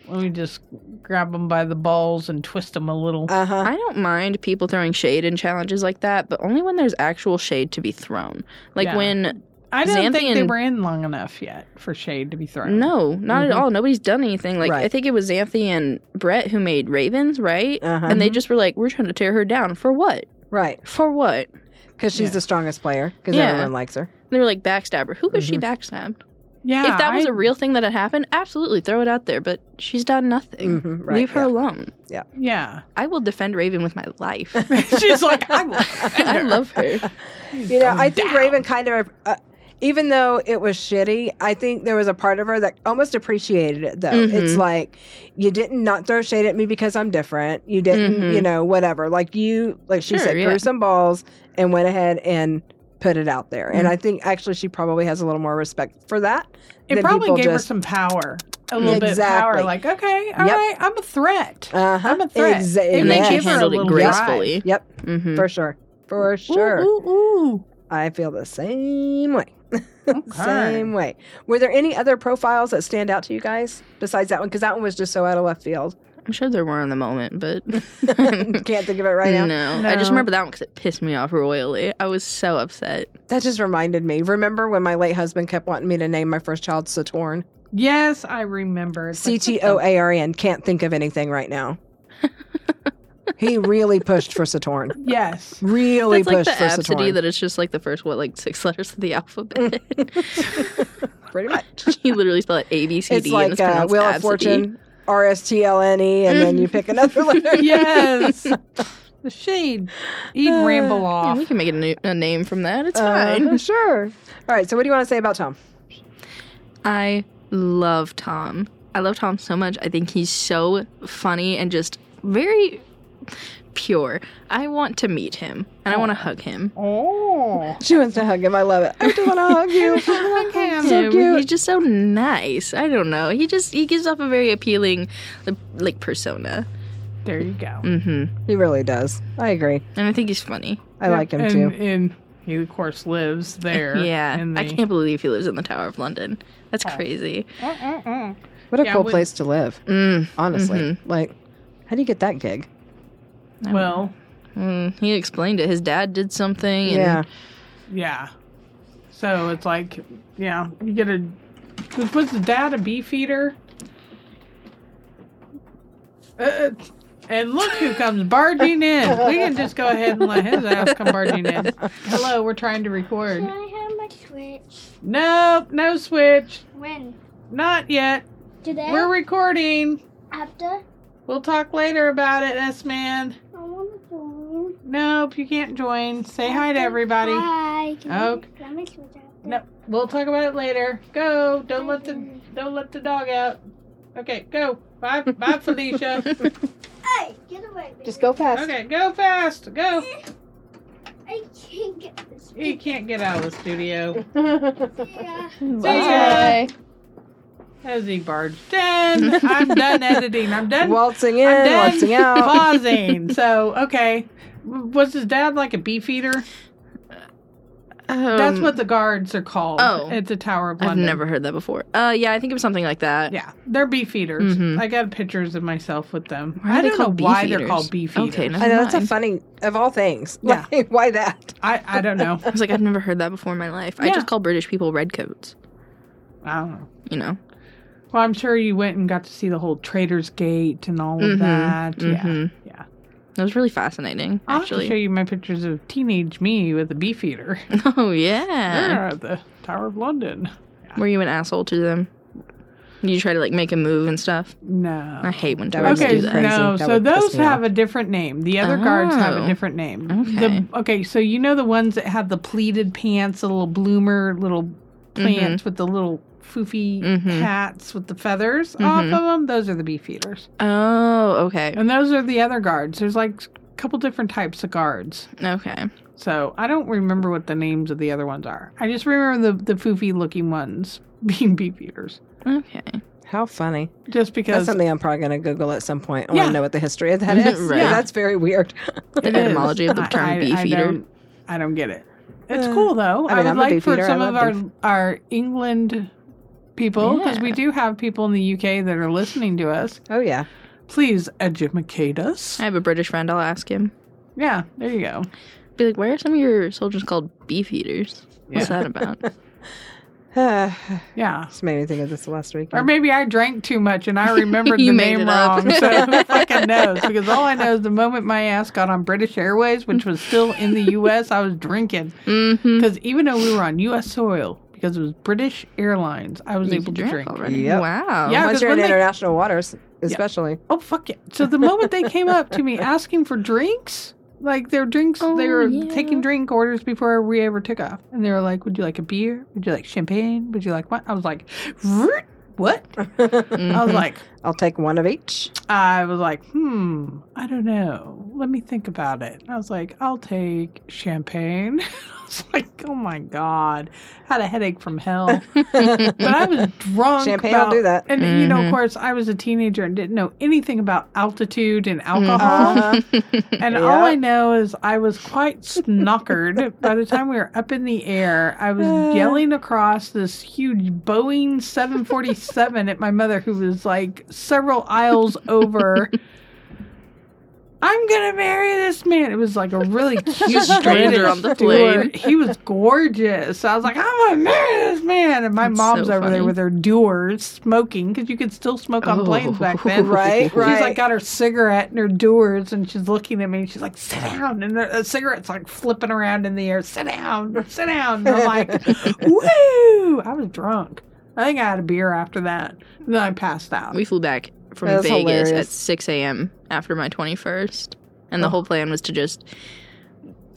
S1: let me just grab them by the balls and twist them a little.
S2: Uh huh.
S3: I don't mind people throwing shade in challenges like that, but only when there's actual shade to be thrown. Like
S1: Yeah.
S3: when
S1: I don't think they
S3: Xanthian-
S1: were in long enough yet for shade to be thrown.
S3: no, not at
S2: Mhm.
S3: all. Nobody's done anything. Like I
S2: Right.
S3: think it was Xanthi and Brett who made Ravens, right?
S2: Uh-huh.
S3: And they just were like, "We're trying to tear her down for what?
S2: Right.
S3: For what?" And
S2: Because she's
S1: Yeah.
S2: the strongest player. Because
S3: Yeah.
S2: everyone likes her.
S3: they were like, "Backstabber. Who
S2: Mm-hmm.
S3: was she backstabbed?
S1: Yeah.
S3: if that was
S1: I-
S3: a real thing that had happened, absolutely throw it out there. But she's done nothing.
S2: Mhm, right,
S3: Leave her
S2: yeah.
S3: alone.
S1: Yeah. [LAUGHS]
S3: I will defend Raven with my
S2: [LAUGHS]
S3: life.
S1: She's like, I will. offend
S3: I
S1: her.
S3: love her.
S2: You know, I
S1: Going
S2: think
S1: down.
S2: Raven kind of, uh, even though it was shitty, I think there was a part of her that almost appreciated it. Though it's
S1: Mm-hmm.
S3: Mhm.
S2: like you didn't not throw shade at me because I'm different. You didn't,
S1: Mm-hmm.
S3: Mhm.
S2: you know, whatever. Like you, like she
S3: Sure,
S2: said,
S3: yeah.
S2: threw some balls and went ahead and put it out there.
S1: Mm-hmm.
S2: And I think actually she probably has a little more respect for that.
S1: It
S2: than
S1: probably
S2: people
S1: gave her
S2: just,
S1: some power. A little bit of
S2: Exactly.
S1: power. Like, okay, all
S2: Yep.
S1: right, I'm a threat.
S2: Uh-huh.
S1: I'm a threat.
S2: Exa-
S1: And
S3: And then
S2: yes.
S3: she
S1: give her a
S3: handled it
S1: little
S3: gracefully.
S2: Yep,
S3: Mm-hmm.
S2: for sure, for
S1: Ooh,
S2: sure.
S1: Ooh, ooh.
S2: I feel the same way.
S1: Okay.
S2: [LAUGHS] Same way. Were there any other profiles that stand out to you guys besides that one? Because that one was just so out of left field. [LAUGHS]
S3: I'm sure there were in the moment, but
S2: Can't think of it [LAUGHS] right now.
S3: [LAUGHS] no. I just
S1: No.
S3: remember that one because it pissed me off royally. I was so upset.
S2: That just reminded me. Remember when my late husband kept wanting me to name my first child
S3: [LAUGHS]
S2: Satorn?
S1: Yes, I
S3: Oh.
S1: remember. It's
S2: C
S1: like,
S2: T
S1: what
S2: O
S1: the-
S2: A R N. Can't think of anything right
S3: [LAUGHS]
S2: now. he really pushed for Satorn.
S1: Yes.
S2: Really
S3: That's like
S2: pushed
S3: the
S2: for
S3: absidy
S2: Satorn.
S3: that it's just like the first what like six [LAUGHS] letters of the alphabet.
S2: [LAUGHS] Pretty much.
S3: [LAUGHS] you literally spell it A B C D.
S2: It's
S3: and
S2: like
S3: it's
S2: uh,
S3: pronounced
S2: Wheel of
S3: absidy.
S2: Fortune, R S T L N E, and then you pick another
S3: [LAUGHS]
S2: letter.
S1: Yes. [LAUGHS] The shade. He'd
S2: Uh, [SIGHS]
S1: ramble
S3: Yeah,
S1: off.
S3: we can make a, new, a name from that. It's
S2: Uh,
S3: fine.
S2: Sure. All right. So, what do you want to say about Tom?
S3: I love Tom. I love Tom so much. I think he's so funny and just very pure. I want to meet him and I want to hug him.
S1: Oh.
S2: She wants to hug him. I love it. I just want to
S1: [LAUGHS]
S2: hug you.
S1: him.
S2: So
S3: him.
S2: cute.
S3: He's just so nice. I don't know. He just he gives off a very appealing like, like persona.
S1: There you go.
S3: hmm
S2: He really does. I agree.
S3: And I think he's funny.
S2: I like him
S1: and,
S2: too.
S1: And he, of course, lives there.
S3: [LAUGHS] Yeah.
S1: in
S3: I
S1: the-
S3: can't believe he lives in the Tower of London. That's crazy.
S2: Mm,
S1: Mm-mm-mm.
S2: What a
S1: yeah,
S2: cool
S1: when- Mm-hmm.
S2: place to live,
S3: Mm.
S2: honestly. Like, how do you get that gig?
S3: I don't-
S1: Well,
S3: mm, he explained it. His dad did something.
S1: Mm-hmm.
S3: And
S2: Yeah.
S1: Yeah. So it's like, yeah, you get a. Was the dad a beefeater? Uh, and look who comes barging in. We can just go ahead and let his ass come barging in. Hello, we're trying to record.
S4: Can I have my Switch?
S1: Nope, no switch.
S4: When?
S1: Not yet.
S4: Today?
S1: We're recording.
S4: After?
S1: We'll talk later about it, S Man.
S4: I want to join.
S1: Nope, you can't join. Say hi to everybody.
S4: Hi. Can
S1: Okay.
S4: I have my Switch after?
S1: No, we'll talk about it later. Go. Don't let the don't let the dog out. Okay, go. Bye, bye,
S2: [LAUGHS]
S3: [LAUGHS]
S1: Felicia.
S4: Hey, get away.
S2: Just go fast.
S1: Okay, go fast. Go.
S4: [LAUGHS] I can't get this.
S1: You can't get out of the studio.
S4: Yeah.
S5: Bye.
S6: Bye.
S1: Cozy barge. Done. I'm done editing. I'm done.
S2: Waltzing in,
S1: I'm done
S2: waltzing out.
S1: pausing. So okay, was his dad like a beefeater? That's
S3: Um,
S1: what the guards are called.
S3: oh.
S1: it's a Tower of
S3: I've
S1: London.
S3: never heard that before. Uh, yeah, I think it was something like that.
S1: Yeah, they're beefeaters.
S3: Mhm.
S1: I got pictures of myself with them.
S3: Why are
S1: I
S3: they
S1: don't know
S3: called
S1: why they're
S3: beefeaters?
S1: called beefeaters.
S3: Okay, no.
S2: I know that's a
S3: Fine.
S2: funny of all things.
S1: Yeah.
S2: [LAUGHS] Like, why that?
S1: I, I don't know. [LAUGHS]
S3: I was like, I've never heard that before in my life. I
S1: Yeah.
S3: just call British people redcoats.
S1: I don't know.
S3: You know.
S1: Well, I'm sure you went and got to see the whole Trader's Gate and all of
S3: Mhm,
S1: that. Yeah.
S3: Mhm.
S1: yeah.
S3: That was really fascinating,
S1: I'll have to show
S3: actually.
S1: you my pictures of teenage me with a beefeater.
S3: [LAUGHS]
S1: [LAUGHS]
S3: Oh yeah.
S1: Yeah, the Tower of London.
S3: Were you an asshole to them? You try to like make a move and stuff.
S1: No.
S3: I hate when
S6: That
S3: tourists
S6: would
S1: Okay,
S3: do
S6: be
S3: that.
S6: crazy.
S1: no.
S6: That
S1: so
S6: would piss
S1: those
S6: me
S1: have a different name. The other guards have a
S3: Oh.
S1: different name.
S3: Okay.
S1: The, okay, so you know the ones that have the pleated pants, the little bloomer, little plants with the little foofy
S3: Mhm.
S1: hats with the feathers off of
S3: Mhm.
S1: them? Those are the beefeaters.
S3: Oh, okay,
S1: And those are the other guards. There's like a couple different types of guards.
S3: okay.
S1: So I don't remember what the names of the other ones are. I just remember the, the foofy looking ones [LAUGHS] being beefeaters.
S3: Okay.
S2: How funny.
S1: Just
S2: That's
S1: because
S2: something I'm probably going to Google at some point. I want
S1: Yeah. Mm-hmm.
S2: to know what the history of that is. [LAUGHS]
S3: Right.
S2: Yeah, that's very weird.
S3: The
S1: It is.
S3: etymology of the
S1: I-
S3: term
S1: I- I
S3: beefeater.
S1: don't- I don't get it. It's
S2: Uh,
S1: cool though.
S2: I
S1: I,
S2: mean,
S1: would
S2: I'm a
S1: like for
S2: beefeater. I
S1: some of
S2: love
S1: our
S2: beef.
S1: our England people, because we
S3: Yeah.
S1: do have people in the UK that are listening to us.
S2: Oh, yeah. [SIGHS]
S1: Please educate us.
S3: I have a British friend. I'll ask him.
S1: Yeah, there you go.
S3: Be like, why are some of your soldiers called beefeaters? What's
S1: Yeah. [LAUGHS]
S3: that about?
S1: Yeah.
S2: Just made me think of this last week.
S1: Or maybe I drank too much and I
S3: [LAUGHS]
S1: remembered
S3: You
S1: the
S3: made
S1: name
S3: it up.
S1: wrong. So
S3: [LAUGHS]
S1: who fucking knows? Because all I know is the moment my ass got on British Airways, which was still in the US, I was drinking.
S3: mm-hmm.
S1: Because even though we were on US soil, because it was British Airlines, I was able to drink.
S3: already.
S2: Yep.
S3: Wow.
S1: Yeah,
S2: Once
S1: 'cause
S2: you're
S1: when
S2: in
S1: they-
S2: international waters, especially. [LAUGHS]
S1: oh fuck it. So the moment they came up to me asking for drinks, like their drinks, they
S3: Oh,
S1: were
S3: yeah.
S1: taking drink orders before we ever took off, and they were like, "Would you like a beer? Would you like champagne? Would you like what?" I was like, "Root? "What?" I was
S2: [LAUGHS]
S3: Mhm.
S1: like,
S2: I'll take one of
S3: [LAUGHS]
S2: each.
S1: "I was like, hmm, I don't know. Let me think about it." I was like, "I'll take champagne." [LAUGHS] I was like, "Oh my god, had a headache from hell."
S2: Um,
S1: but I
S2: [LAUGHS]
S1: was drunk.
S2: Champagne
S1: about,
S2: will do that. Mm-hmm.
S1: And you know, of
S3: Mhm.
S1: course, I was a teenager and didn't know anything about altitude and alcohol.
S2: Uh,
S1: And all I
S2: Yep.
S1: know is I was quite snockered. By the time we were up in the air, I was
S2: Uh.
S1: yelling across this huge Boeing 747 at my mother, who was like several aisles over. I'm gonna marry this man. It was like a really cute
S3: stranger
S1: British
S3: on the plane.
S1: steward. He was gorgeous. So I was like, I'm gonna marry this man. And my
S3: That's
S1: mom's
S3: so
S1: over there
S3: funny.
S1: with her doers smoking because you could still smoke on planes back
S3: [LAUGHS]
S1: then.
S2: Right,
S1: She's like
S2: right.
S1: got her cigarette in her doors and she's looking at me and she's like, sit down. And the, the cigarette's like flipping around in the air. Sit down, sit down. And
S2: [LAUGHS]
S1: I'm like, woo. I was drunk. I think I had a beer after that. And then I passed out.
S3: We flew back from
S2: That's
S3: Vegas at
S2: hilarious.
S3: 6 a.m. after my 21st. And the
S1: Oh.
S3: whole plan was to just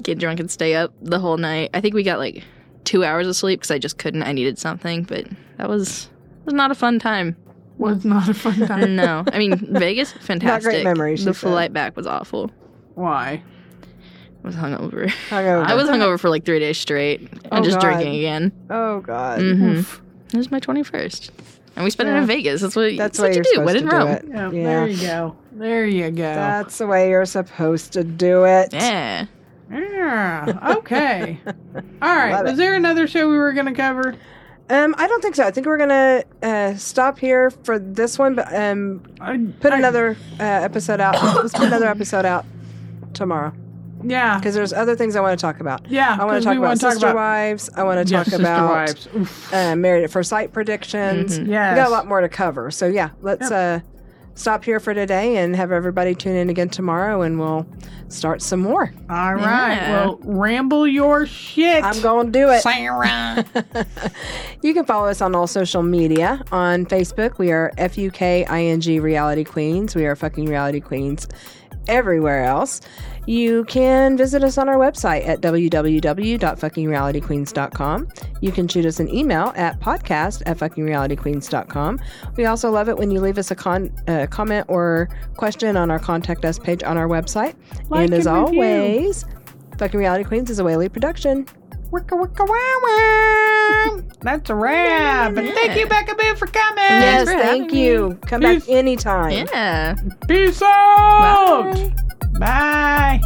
S3: get drunk and stay up the whole night. I think we got like two hours of sleep because I just couldn't. I needed something. But that was, was not a fun time.
S1: [LAUGHS]
S2: [LAUGHS]
S1: was not a fun time.
S3: no. I mean, Vegas, fantastic.
S2: memories, she
S3: The
S2: said.
S3: flight back was awful.
S1: Why?
S3: I was hungover.
S2: Hungover.
S3: I was hungover for like three days straight and
S2: Oh,
S3: just
S2: God.
S3: drinking again.
S2: Oh, God.
S3: Mm-hmm. It was my 21st. And we spent it
S2: Yeah.
S3: in Vegas. That's what,
S2: That's
S3: that's
S2: what
S3: what you
S2: you're
S3: do.
S2: supposed
S3: What
S2: to
S3: in
S2: do
S3: Rome.
S2: it.
S1: Yeah,
S2: Yeah.
S1: There you go. There you go.
S2: That's the way you're supposed to do it.
S3: Yeah.
S2: [LAUGHS]
S1: yeah. Okay. All right.
S2: Love it.
S1: Was there another show we were going to cover?
S2: Um, I don't think so. I think we're gonna uh, stop here for this one, but um,
S1: I,
S2: put
S1: I-
S2: another uh,
S1: [COUGHS]
S2: episode out. Let's put another episode out tomorrow [LAUGHS]
S1: Yeah.
S2: because there's other things I want to talk about.
S1: Yeah.
S2: I want
S1: 'cause
S2: to talk
S1: we wanna
S2: about sister wives. I want to
S1: Yeah,
S2: talk
S1: Sister
S2: about
S1: Wives. Oof.
S2: uh, married at first sight
S3: Mm-hmm.
S2: predictions.
S1: Yes.
S2: We got a lot more to cover. So yeah, let's uh, stop here for today and have everybody tune in again tomorrow, and we'll start some more.
S1: All right.
S3: Yeah.
S1: Well, ramble your shit.
S2: I'm gonna do it.
S1: Sarah.
S2: You can follow us on all social media. On Facebook, we are F U K I N G Reality Queens. We are fucking reality queens everywhere else. You can visit us on our website at www.fuckingrealityqueens.com. You can shoot us an email at podcast at fuckingrealityqueens.com. We also love it when you leave us a con- uh, comment or question on our contact us page on our website.
S1: Like
S2: and as
S1: and review.
S2: always, Fucking Reality Queens is a Whaley production.
S1: Wicka wicka wow wow. That's a wrap. And thank you, Becca Boo, for coming.
S2: Yes,
S3: for having
S2: thank you. Come
S1: Please-
S2: back anytime.
S3: Yeah.
S1: Peace out. Bye.